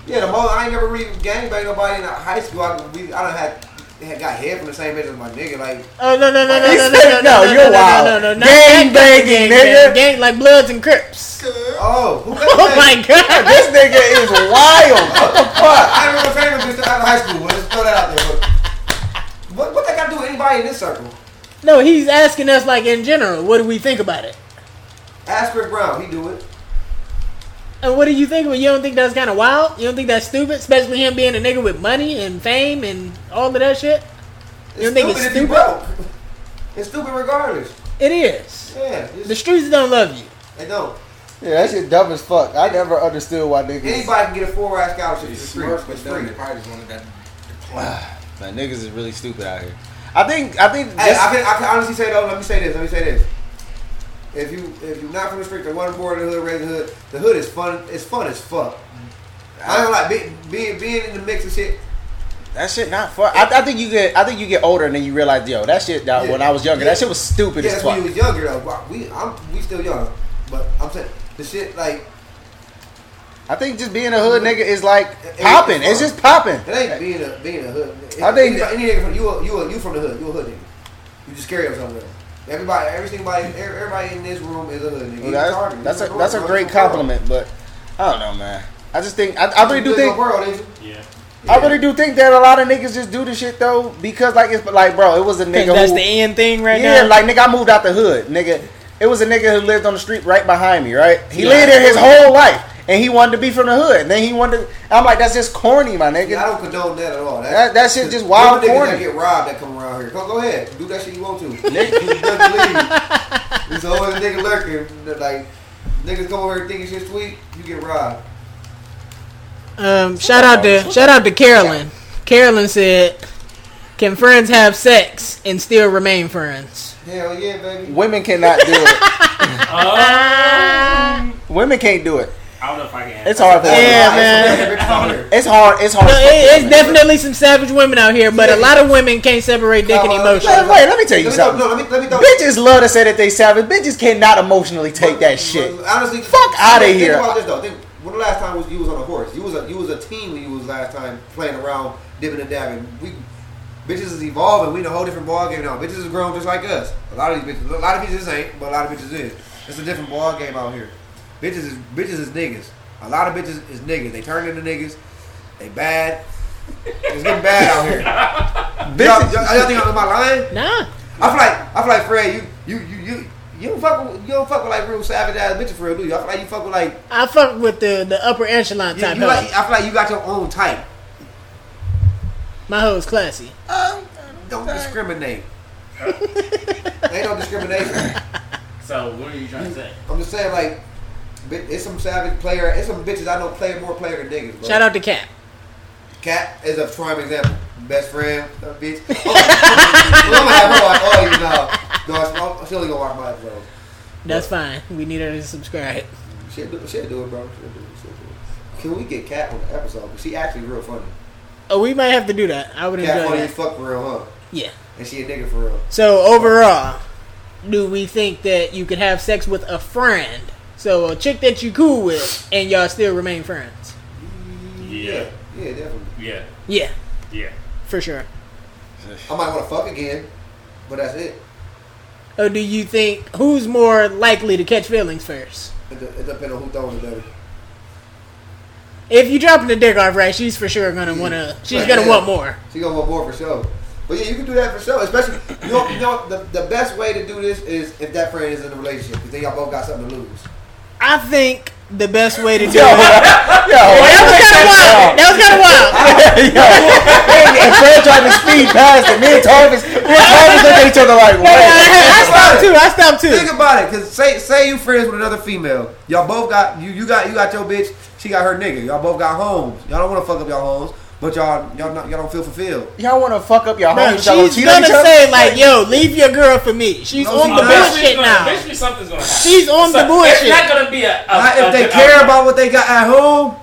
Yeah, the most I ain't never really gangbanged nobody in high school. I we I done had, had got head from the same bitch as my nigga. Like Oh no no no no He no no said, no "No, no you're no, wild. no no no not Gangbanging, that kind of nigga. gangbang, gang like Bloods and Crips. oh, who got Oh that? my god. This nigga is wild. What the fuck? I remember famous bitch out of high school. Well, Let's throw that out there. but- What what that got to do with anybody in this circle? No, he's asking us like in general, what do we think about it? Ask Rick Brown. He do it. And what do you think? Well, you don't think that's kind of wild? You don't think that's stupid? Especially him being a nigga with money and fame and all of that shit? It's You think stupid it's if you stupid? broke. It's stupid regardless. It is. Yeah, it's- The streets don't love you. they don't. Yeah, that shit dumb as fuck. I never understood why niggas. Anybody can get a four ride scholarship. He's It's free. smart, but It's dumb. free. They probably just wanted that Man, niggas is really stupid out here. I think I think Hey, just- I, can, I can honestly say though. Let me say this. Let me say this. If you if you're not from the street, the one born in the hood, raised in the hood, the hood is fun. It's fun as fuck. I don't like being being being in the mix and shit. that shit not fun. I, I think you get I think you get older and then you realize yo that shit that, Yeah. when I was younger Yeah. that shit was stupid yeah, as that's fuck. when you was younger though. Wow, We I'm, we still young, but I'm saying the shit like I think just being a hood nigga is like It- it- popping. It's just popping. it ain't being a being a hood. I think- Anybody- any nigga from you a- you a- you from the hood. You a hood nigga. You just carry yourself somewhere. Everybody, every single body, every- everybody in this room is a hood nigga. Well, You that's, retarded. that's You a that's a retarded. great You retarded. compliment, but I don't know, man. I just think I, I really You do live in think the world, ain't you? Yeah. I really do think that a lot of niggas just do this shit though because like it's like bro, it was a nigga that's who the end thing right yeah, now. like nigga, I moved out the hood, nigga. It was a nigga who lived on the street right behind me, right? He Yeah. lived there his whole life, and he wanted to be from the hood. And then he wanted. To, I'm like, that's just corny, my nigga. Yeah, I don't condone that at all. That- that shit just wild Them niggas corny. That get robbed that come around here. Go, go ahead, do that shit you want to. Nigga. Nothing leave. There's always a nigga lurking. that, Like niggas come over here thinking shit sweet, you get robbed. Um, shout out to shout out to Carolyn. Carolyn said, "Can friends have sex and still remain friends?" Hell yeah, baby. Women cannot do it. Um, Women can't do it. I don't know if I can. It's hard for women. Yeah, man. man. It's hard. It's hard. No, for it, women. it's definitely some savage women out here, but a lot of women can't separate dick and Come on. emotion. Wait, wait, let me tell Let you me throw, something. no, let me let me throw. Bitches love to say that they savage. Bitches cannot emotionally take that shit. Honestly, Fuck outta think here. Think about this though. Think when the last time was you was on a horse. You was a you was a teen when you was last time playing around, dipping and dabbing. We bitches is evolving. We in a whole different ball game now. Bitches is grown just like us. A lot of these bitches, a lot of bitches ain't, but a lot of bitches is. It's a different ball game out here. Bitches is bitches is niggas. A lot of bitches is niggas. They turn into niggas. They bad. It's getting bad out here. Y'all, Bitches. y'all, y'all think I'm am I lying? Nah, I feel like I feel like Fred, you you you you you don't fuck with you don't fuck with like real savage ass bitches for real, do you? I feel like you fuck with like I fuck with the, the upper echelon you, type. you hoe. like I feel like you got your own type. My hoe's classy. Don't discriminate. Ain't no discrimination. So what are you trying to say? I'm just saying like bi- it's some savage player. It's some bitches I know play more player than niggas. Bro. Shout out to Cap. Cat is a prime example. Best friend, uh, bitch. Oh, I'm gonna have her watch all you know. No, I'm still gonna watch my bro. That's fine. We need her to subscribe. She'll do, she'll do it, bro. She'll do it. She'll do it. Can we get Cat on the episode? 'Cause She actually real funny. Oh, we might have to do that. I would Cat enjoy funny as that. fuck for real, huh? Yeah. And she a nigga for real. So overall, do we think that you could have sex with a friend? So a chick that you cool with and y'all still remain friends? Yeah. Yeah, definitely. Yeah. Yeah, Yeah. for sure. I might want to fuck again, but that's it. Or do you think who's more likely to catch feelings first? It, de- it depends on who throwing it, baby. If you dropping the dick off right, she's for sure gonna wanna. She's gonna Yeah. want more. She gonna want more for sure. But yeah, you can do that for sure. Especially, you know, you know the, the best way to do this is if that friend is in a relationship. Because then y'all both got something to lose. I think the best way to do it. Yo, That yo, was kind of wild. That was kind of wild. Yo, and Fred tried to speed past it. Me and Thomas, me and Thomas looked at each other like, No, no, what? I, I stopped too. I stopped Think too. about it. Because say say you friends with another female. Y'all both got, you, you got you got your bitch. She got her nigga. Y'all both got homes. Y'all don't want to fuck up y'all homes. But y'all y'all, not, y'all don't feel fulfilled. Y'all want to fuck up your Bro, homies? Y'all gonna she's cheat on gonna each other? say like, "Yo, leave your girl for me." She's No, on she the not. bullshit Basically, now. Basically, something's gonna happen. She's on the So- It's bullshit. not gonna be a. a Not a if they good care outcome. about what they got at home.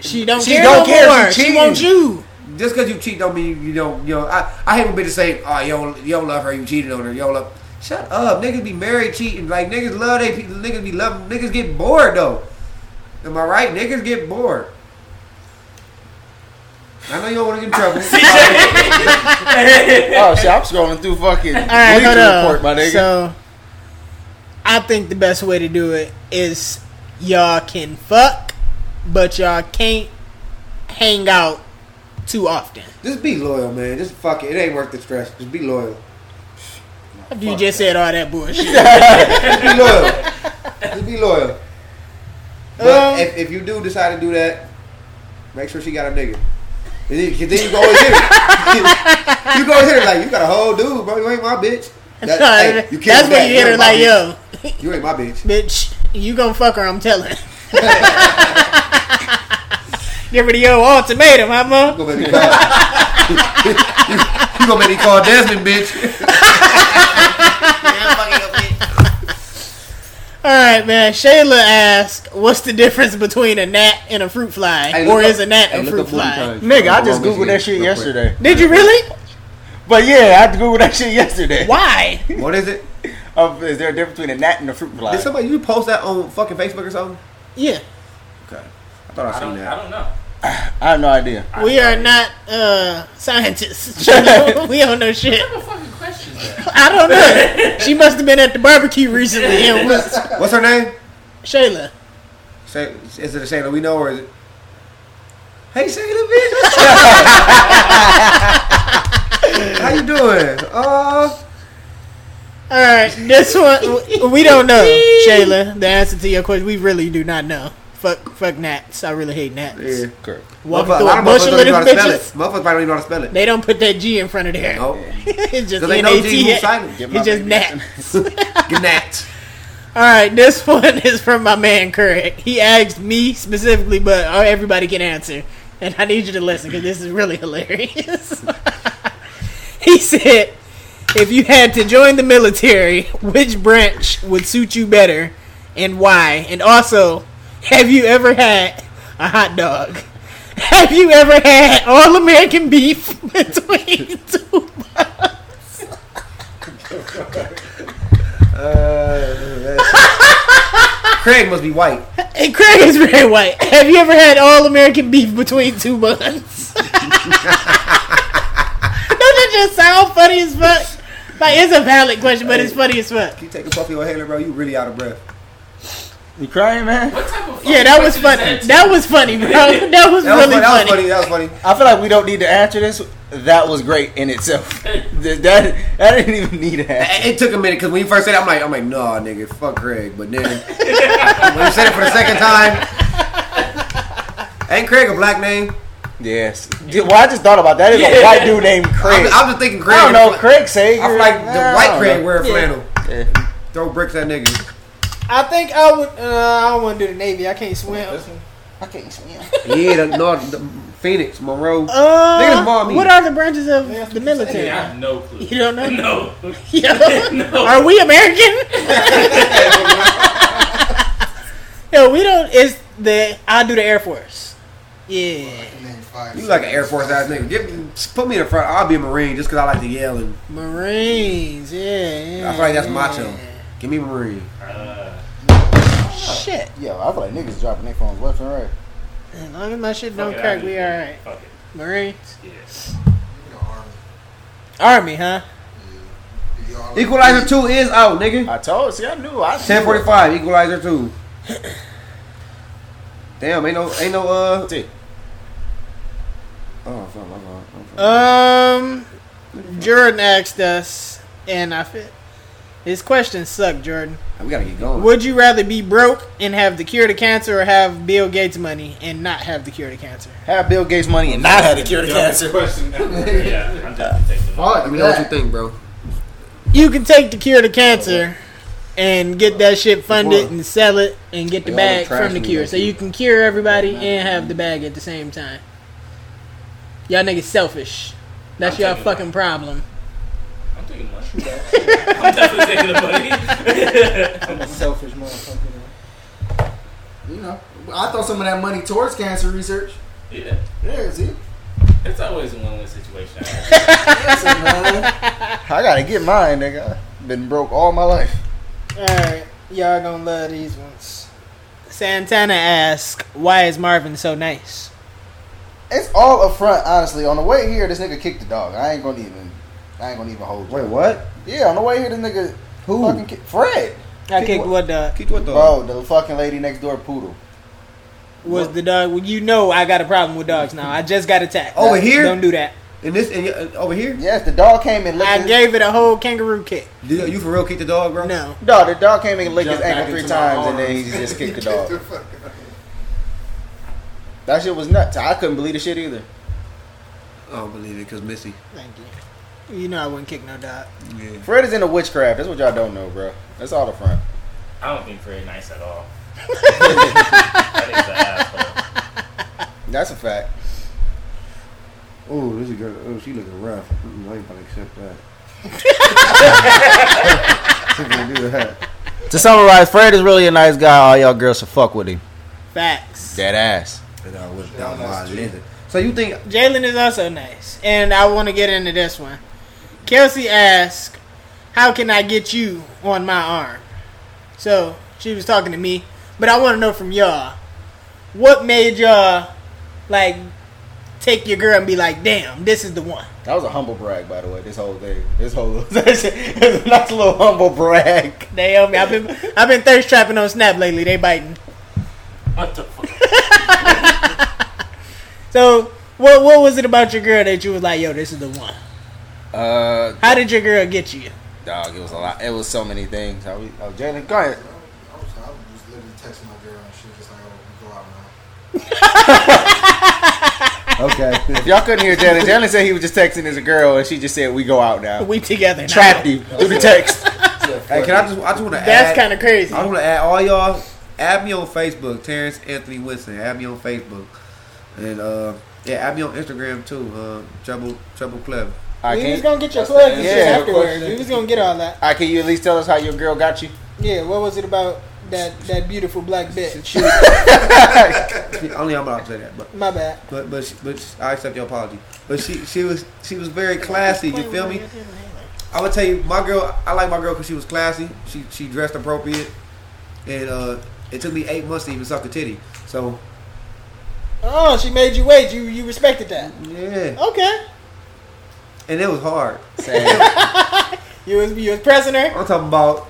She don't She care don't no care. more. She, She cheating. wants you. Just because you cheat don't mean you don't. You know, I, I hate when bitches say, "Oh, you don't, you don't love her. You cheated on her. You don't love." Shut up, niggas be married cheating. Like niggas love they people. Niggas be love. Niggas get bored though. Am I right? Niggas get bored. I know you don't want to get in trouble. Oh shit, I'm scrolling through fucking All right, Bleacher hold on. report, my nigga. So, I think the best way to do it is y'all can fuck, but y'all can't hang out too often. Just be loyal, man. Just fuck it. It ain't worth the stress. Just be loyal. You just said all that bullshit. Just be loyal. Just be loyal. But Um, if, if you do decide to do that, make sure she got a nigga. And then, 'cause then you go always hear it. you go always hear it like you got a whole dude, bro. You ain't my bitch. That- hey, you That's can't do when that. you hit her ain't my like, bitch. yo, you ain't my bitch. bitch, you gonna fuck her, I'm telling. Give her the old ultimatum, huh, mom? Go baby, go. You gonna make me call Desmond, bitch? All right, man. Shayla asked, "What's the difference between a gnat and a fruit fly, Hey, or look is a gnat a fruit fly?" Nigga, I just googled that shit yesterday. Did you really? But yeah, I googled that shit yesterday. Why? What is it? Of- is there a difference between a gnat and a fruit fly? Did somebody you post that on fucking Facebook or something? Yeah, Okay, I thought I I seen don't, I that. don't know. I have no idea. we are not uh, scientists. You know, we don't know shit. What fucking question is that? I don't know. She must have been at the barbecue recently and was What's her name? Shayla. Say, is it a Shayla we know or is it? Hey Shayla, bitch. How you doing? Uh, All right, this one w- we don't know, Shayla. The answer to your question, we really do not know. Fuck, fuck gnats. I really hate gnats. yeah. Correct. Walking Motherfucker- a through lot a of bunch motherfuckers of don't even know little how to spell it. bitches. Motherfuckers probably don't even know how to spell it. They don't put that G in front of there. Nope. it's just Because they know G who's N-A-T-S. silent. Give It's just gnats. Gnat. All right, this one is from my man Craig. He asked me specifically, but uh, everybody can answer. And I need you to listen because this is really hilarious. he said, "If you had to join the military, which branch would suit you better, and why? And also, have you ever had a hot dog? Have you ever had all American beef between two?" Craig must be white. And Craig is very white. Have you ever had all American beef between two buns? Doesn't that just sound funny as fuck? Like it's a valid question, but it's funny as fuck. You take a puff of your Halo, bro. You really out of breath. You crying, man? What type of fucking Yeah, that was question funny. is That was funny, bro. That was That was, really funny. that funny. was funny. That was funny. I feel like we don't need to answer this. That was great in itself. Th- that that didn't even need to happen. It, it took a minute because when you first said it, I'm like, I'm like, nah, nigga, fuck Craig. But then when you said it for the second time, ain't Craig a black name? Yes. Dude, Well, I just thought about that. There's a Yeah. white dude named I'm, Craig. I'm just thinking Craig. I don't know. Craig Sager. I feel like the I white don't Craig know. wear a Yeah. flannel. Yeah. Throw bricks at niggas. I think I would. Uh, I don't want to do the Navy. I can't swim. I can't swim. Yeah, the, no, the Phoenix, Monroe. Niggas Uh, bought me. what are the branches of the that? military? Yeah, I have no clue. You don't know? No. Yo, No. are we American? Yo, we don't. It's the I do the Air Force. Yeah. You like an Air Force ass nigga. Give, me- just put me in front. I'll be a Marine just because I like to yell and Marines, yeah, yeah. I feel like that's yeah. macho. Give me Marine. Uh, Shit. Yo, I feel like niggas dropping their phones left and right. As long as my shit Fuck don't it, I crack, do. we alright. Fuck it. Marines. Yeah. Army, huh? Equalizer 2 is out, nigga. I told. See, I knew. I Ten forty five, Equalizer two. Damn, ain't no, ain't no, uh. Dude. Oh, fuck, my God. Oh, fuck. Um Jordan asked us and I fit his question sucked, Jordan. we gotta get going. Would you rather be broke and have the cure to cancer or have Bill Gates money and not have the cure to cancer? Have Bill Gates money and not have a cure to Dumbest cancer. question ever. Yeah, I'm definitely taking it. Let me know what you think, bro. You can take the cure to cancer and get that shit funded and sell it and get the They all bag trash from the me, cure. don't So you? you can cure everybody and have the bag at the same time. Y'all niggas selfish. That's I'm y'all taking that. fucking problem. I'm taking money. I'm definitely taking the money. I'm a selfish motherfucker. though. You know, I throw some of that money towards cancer research. yeah. Yeah, see? It's always a win-win situation. I gotta get mine, nigga. Been broke all my life. Alright, y'all gonna love these ones. Santana asks, Why is Marvin so nice? It's all up front, honestly. On the way here, this nigga kicked the dog. I ain't gonna even. I ain't gonna even hold you. Wait, what? Yeah, on the way here, this nigga Who? fucking kicked Fred. I Kick kicked what- what dog? Keep what though? Bro, the fucking lady next door poodle. Was the dog? Well, you know I got a problem with dogs now. I just got attacked. Over here? Don't do that. And this, and, uh, over here, Yes, the dog came and licked. I his, gave it a whole kangaroo kick. Do you for real kick the dog, bro? No. no, the dog came and licked his Jumped back ankle three into my times, and then arms. he just kicked the dog. That shit was nuts. I couldn't believe the shit either. I don't believe it, cause Missy. Thank you. You know I wouldn't kick no dog. Yeah. Fred is into witchcraft. That's what y'all don't know, bro. That's all the front. I don't think very nice at all. that is an asshole. That's a fact. Oh, this is girl. Oh, she looking rough. Mm-mm, I ain't about to accept that. She gonna do that. To summarize, Fred is really a nice guy. All y'all girls should fuck with him. Facts. Dead ass. And I was down my leather. So you think? Jalen is also nice, and I want to get into this one. Kelsey asked, "How can I get you on my arm?" So she was talking to me, but I want to know from y'all, what made y'all like take your girl and be like, "Damn, this is the one." That was a humble brag, by the way. This whole thing, this whole it's a nice little humble brag. Naomi, I've been I've been thirst trapping on Snap lately. They biting. What the fuck? So what what was it about your girl that you was like, "Yo, this is the one"? Uh, How did your girl get you? dog, it was a lot. It was so many things. How we, oh, Jalen, go ahead. I was, I was just literally texting my girl and she was just like, oh, we go out now. Okay. If y'all couldn't hear Jalen, Jalen said he was just texting his girl, and she just said, "We go out now." We together. now. Trapped him through the text. hey, can I just? I just want to add. That's kind of crazy. I want to add all y'all. Add me on Facebook, Terrence Anthony Winston. Add me on Facebook, and uh, yeah, add me on Instagram too. Uh, trouble, trouble clever. I we was can. gonna get your plug and Yeah, shit good afterwards. question. We was gonna get all that. I can you at least tell us how your girl got you? Yeah, what was it about that that beautiful black bitch? Only I'm about to say that, but My bad. but but she, but she- I accept your apology. But she she was she was very classy. You feel me? I would tell you, my girl. I like my girl because she was classy. She she dressed appropriate, and uh, it took me eight months to even suck a titty. So Oh, she made you wait. You you respected that. yeah, Okay. and it was hard. Sad. You was you was pressing her. I'm talking about.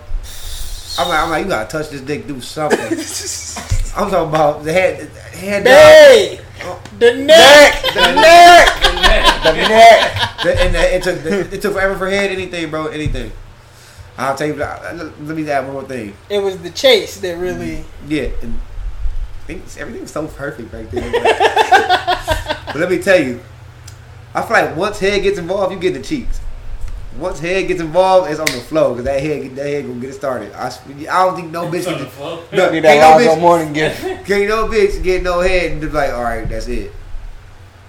I'm like, I'm like, you gotta touch this dick, do something. I'm talking about the head, head down, Hey, the neck. neck, the neck, the neck. The- and the- it took the, it took forever for head anything, bro, anything. I'll tell you. I- I- Let me add one more thing. It was the chase that really. Yeah, and things, everything's so perfect right there. but let me tell you, I feel like once head gets involved, you get the cheeks. Once head gets involved, it's on the flow because that head, that head gonna get it started. I, s- I don't think no bitch On the can, floor. no, Need ain't that no Lonzo bitch, morning gift. can't no bitch get no head and just like, all right, that's it.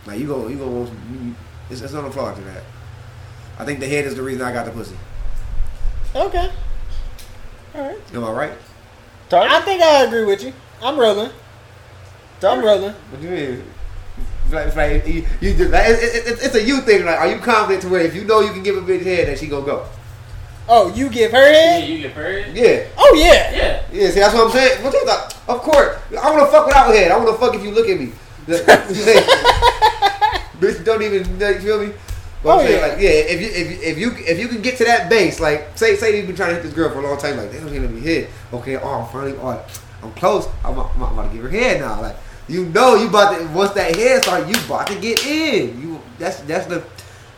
Like you go, you go, want some, you, it's, it's on the floor after that. I think the head is the reason I got the pussy. Okay. All right. Am I right? I think I agree with you. I'm rolling. I'm rolling. What do you mean? It's Like, it's like, you, you just, like it, it, it, it's a you thing. Like, are you confident to where if you know you can give a bitch head that she gonna go? Oh, you give her Yeah, head. you get buried. Yeah, Oh yeah. Yeah. yeah. See, that's what I'm saying. What you thought? Of course, I wanna fuck without head. I wanna fuck if you look at me. Like, bitch, don't even like, you feel me. But I'm Oh, saying, yeah. like, yeah. If you if you- if you if you can get to that base, like, say say you've been trying to hit this girl for a long time, like, damn, she let me hit. Okay, oh, I'm finally, oh, I'm close. I'm, I'm, I'm about to give her head now. Like, you know, you about to once that head start, you about to get in. You that's that's the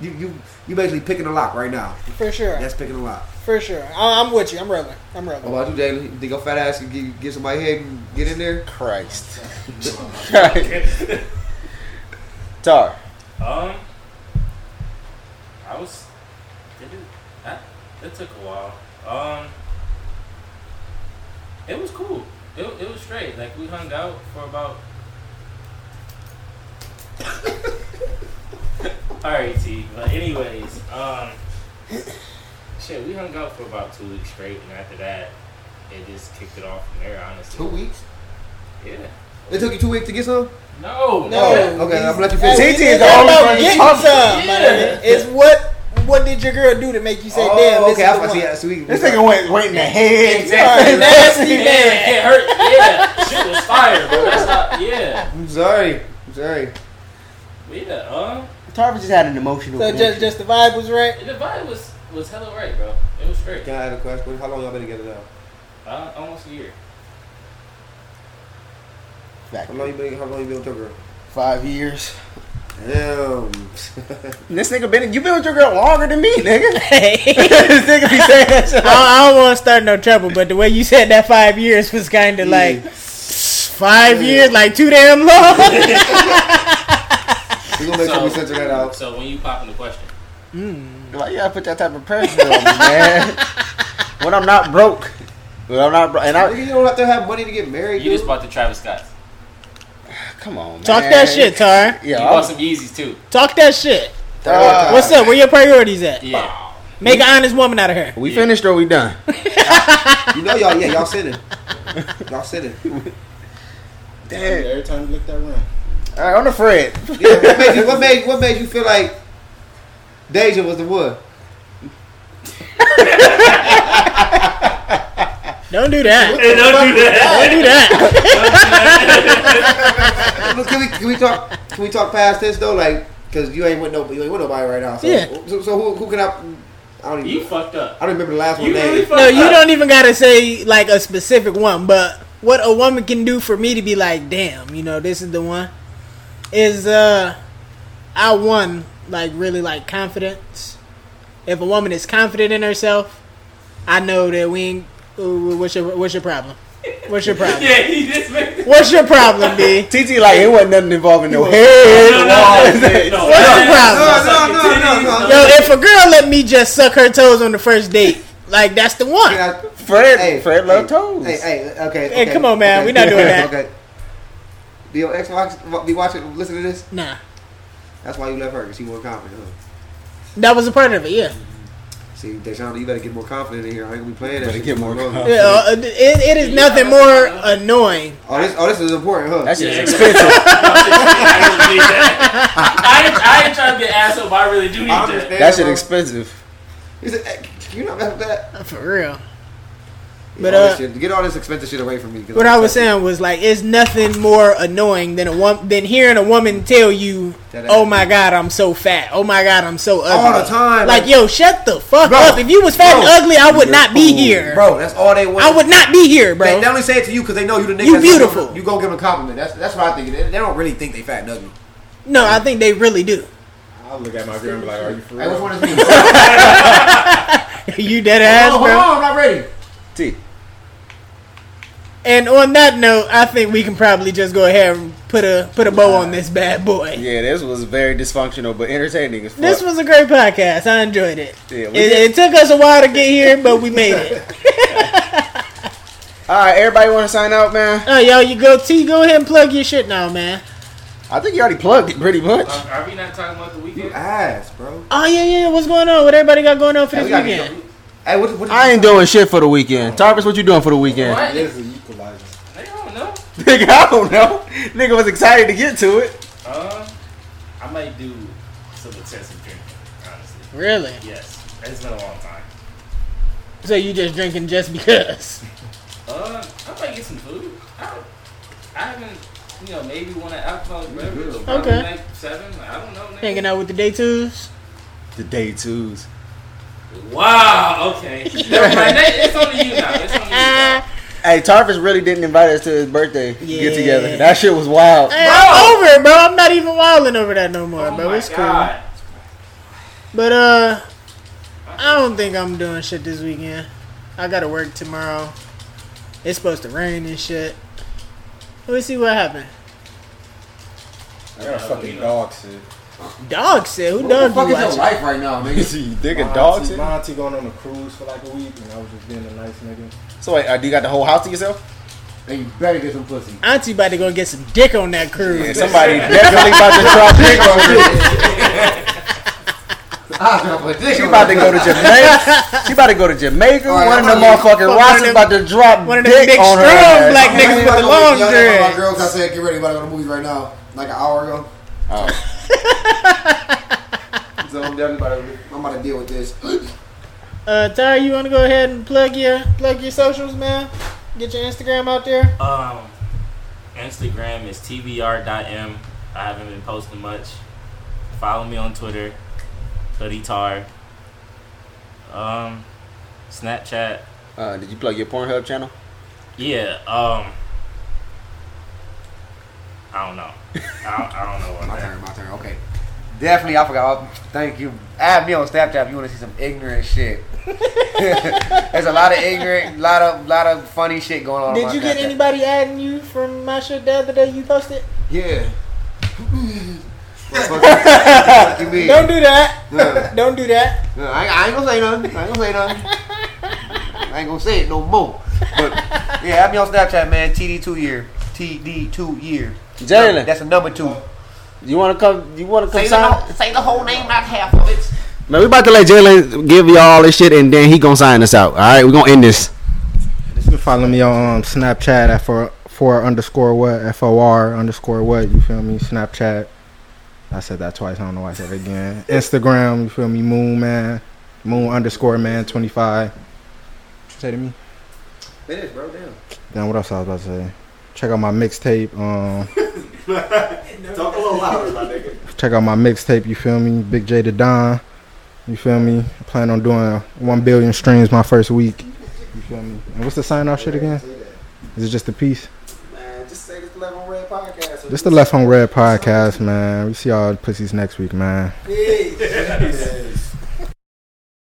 you you you basically picking a lock right now. For sure. That's picking a lock. For sure. I, I'm with you. I'm rolling. I'm rolling. What about you, Jalen? You think your fat ass can get, get somebody head and get in there? Christ. Tar. Um, I was. It, did, that, it took a while. Um, it was cool. It, it was straight. Like we hung out for about. All right, T. But anyways, um, shit, we hung out for about two weeks straight, and after that, it just kicked it off from there. Honestly, Two weeks. Yeah. It took you two weeks to get some. No. No. no. Oh, Okay, I'm gonna let you Hey, finish. TT is it's the not only about one getting talking. some. my Yeah. nigga. It's what what did your girl do to make you say, Oh, "Damn, this okay. is I the see. one." yeah, So we, This nigga went waiting the head. Exactly. Sorry, nasty Yeah, man. it hurt. Yeah, shit was fire, bro. That's not, yeah, I'm sorry. I'm sorry. yeah. Uh, Tarver just had an emotional. So just just the vibe was right. the vibe was was hella right, bro. It was great. Can I ask a question? How long y'all been together now? Uh, almost a year. How long you been? How long you been with your girl? Five years. Damn. This nigga been you been with your girl longer than me, nigga. I this nigga be saying that shit. don't, I don't want to start no trouble, but the way you said that five years was kind of like five years, like too damn long. we gonna make sure we censor that out. So when you popping the question, Why you gotta put that type of pressure on me, man? when I'm not broke, when I'm not broke, and I Nigga, you don't have to have money to get married. you just dude. bought the Travis Scott. Come on, man. Talk that shit, Tar. Yeah, you I bought was, some Yeezys too. Talk that shit. Uh, What's up? Where your priorities at? Yeah. Make an honest woman out of her. we finished or we done? You know y'all, yeah, y'all sinning. Y'all sinning. Damn. Every time you look that room. All right, on the Fred. Yeah, what, made you, what made what made you feel like Deja was the one? Don't do that. Hey, don't do that. Don't do that. Can we can we talk can we talk past this though? Like, cause you ain't with no you ain't with nobody right now. So Yeah. so, so who, who can I? I don't even. You fucked up. I don't remember the last You one. really Name. fucked No, up. you don't even gotta say like a specific one, but what a woman can do for me to be like, damn, you know, this is the one. Is uh I won like really like confidence. If a woman is confident in herself, I know that we ain't ooh, what's your what's your problem? What's your problem? Yeah, he just made. What's your problem, B? TT like it wasn't nothing involving no head. No, no, walls. no, no, no. What's your No, problem? no, no, no, no. Yo, if a girl let me just suck her toes on the first date, like that's the one. Can I- Fred, Hey, Fred hey, love toes. Hey, hey, okay. Hey, okay, come on, man. okay. We not doing that. Okay. Do your ex watch, be watching, listen to this? Nah, That's why you left her, because she more confident, huh? that was a part of it. Yeah, See, Deshaun, you better get more confident in here. I ain't gonna be playing that Better shit. get more Look. confident. yeah. uh, It, it is nothing more annoying. Oh, this, oh, this is important, huh? That shit's Yeah. expensive. I, ain't- I ain't trying to be an asshole, but I really do need I that. understand. that shit bro. expensive. He said, hey, you not mess with that. For real. Yeah, But, all this uh, shit- get all this expensive shit away from me. 'cause What I'm I was expensive. saying was like, it's nothing more annoying than a woman than hearing a woman tell you, That ass "Oh my god, I'm so fat. Oh my god, I'm so ugly." All the time, Like, like- yo, shut the fuck Bro, up. If you was fat bro, and ugly, I would not be cool, here. Bro, that's all they want. I would not be here, bro. They, they only say it to you because they know you the nigga. You that's gonna give beautiful. them- You go give them a compliment. That's that's what I think. They, they don't really think they fat and ugly. no, I think they really do. I'll look at my girl and be like, are you for Hey, which one real? is me? Hold on, you dead ass, hold bro. on, I'm not ready. T. And on that note, I think we can probably just go ahead and put a put a bow on this bad boy. Yeah, this was very dysfunctional but entertaining as fuck. This was a great podcast. I enjoyed it. Yeah, it, we did. it took us a while to get here, but we made it. All right, everybody want to sign out, man? Oh, yo, you go T. Go ahead and plug your shit now, man. I think you already plugged it pretty much. Um, are we not talking about the weekend? Ass, bro. Oh yeah, yeah. What's going on? What everybody got going on for Hey, this we gotta get weekend? Hey, what? what I ain't doing shit for the weekend. Tarvis, what you doing for the weekend? What? It is an equalizer. I don't know. Nigga, I don't know. Nigga was excited to get to it. Um, I might do some excessive drinking, honestly. Really? Yes, it's been a long time. So you just drinking just because? Uh, I might get some food. I, don't- I haven't, you know, maybe one of alcoholic beverage. good. Probably Okay. like seven. Like, I don't know. nigga. Hanging out with the day twos? The day twos. Wow. Okay. Never mind. That- It's only you now. It's only you now. Hey, Tarvis really didn't invite us to his birthday Yeah. get together. That shit was wild. Hey, I'm over it, bro. I'm not even wilding over that no more, oh bro. my It's cool. God. But uh, I don't think I'm doing shit this weekend. I gotta work tomorrow. It's supposed to rain and shit. Let's see what happened. I got a fucking dog shit. Dog said, "Who what the dog fuck you is your watching?" life right now, You nigga? see, you dig a My dog auntie- shit? My auntie going on a cruise for like a week, and I was just being a nice nigga. So, wait, uh, do you got the whole house to yourself? And you better get some pussy. Auntie about to go get some dick on that cruise. Yeah, somebody definitely about to drop dick on you. I don't put this She on about to it. go to Jamaica. She about to go to Jamaica. All right, one of I'm them gonna- motherfucking fuck one rocks of them- about to drop one of them dick big, on her. strong ass. black I'm niggas with about the to go- long y'all know dreads. My girls, I said, get ready, about to go to the movies right now. Like an hour ago. Oh. So I'm done about to, I'm about to deal with this. Uh, Ty, you want to go ahead and plug your plug your socials, man? Get your Instagram out there. Um, Instagram is tbr.m. I haven't been posting much. Follow me on Twitter, Hoodie Tar. Um, Snapchat. Uh, did you plug your Pornhub channel? Yeah. Um, I don't know. I don't, I don't know what My that. turn, my turn. Okay. Definitely, I forgot. Thank you. Add me on Snapchat if you want to see some ignorant shit. There's a lot of ignorant, lot of, lot of funny shit going on. on Did Oh my you get Snapchat. anybody adding you from my shit the other day you posted? Yeah. What the fuck you mean? Don't do that. Nah, Don't do that. nah, I, I ain't gonna say nothing. I ain't gonna say nothing. I ain't gonna say it no more. But yeah, add me on Snapchat, man. TD two year. TD two year. Jalen. That's a number two. You want to come? You want to come Say the, sign? whole, say the whole name, not half of it. Man, we about to let Jalen give y'all all this shit, and then he gonna sign us out. All right, we gonna end this. You can follow me on um, Snapchat at for for underscore what f o r underscore what. You feel me? Snapchat. I said that twice. I don't know why I said it again. Instagram. You feel me? Moon man. Moon underscore man twenty five. Say to me. Finish, bro. Damn. Then what else I was about to say? Check out my mixtape. Um, Talk a little louder, my nigga. check out my mixtape. You feel me? Big J to Don. You feel me? Plan on doing one billion streams my first week. You feel me? And what's the sign off shit again? Is it just a piece? Man, just say this level red podcast. This the Left on Red podcast, man. We see y'all pussies next week, man. Peace.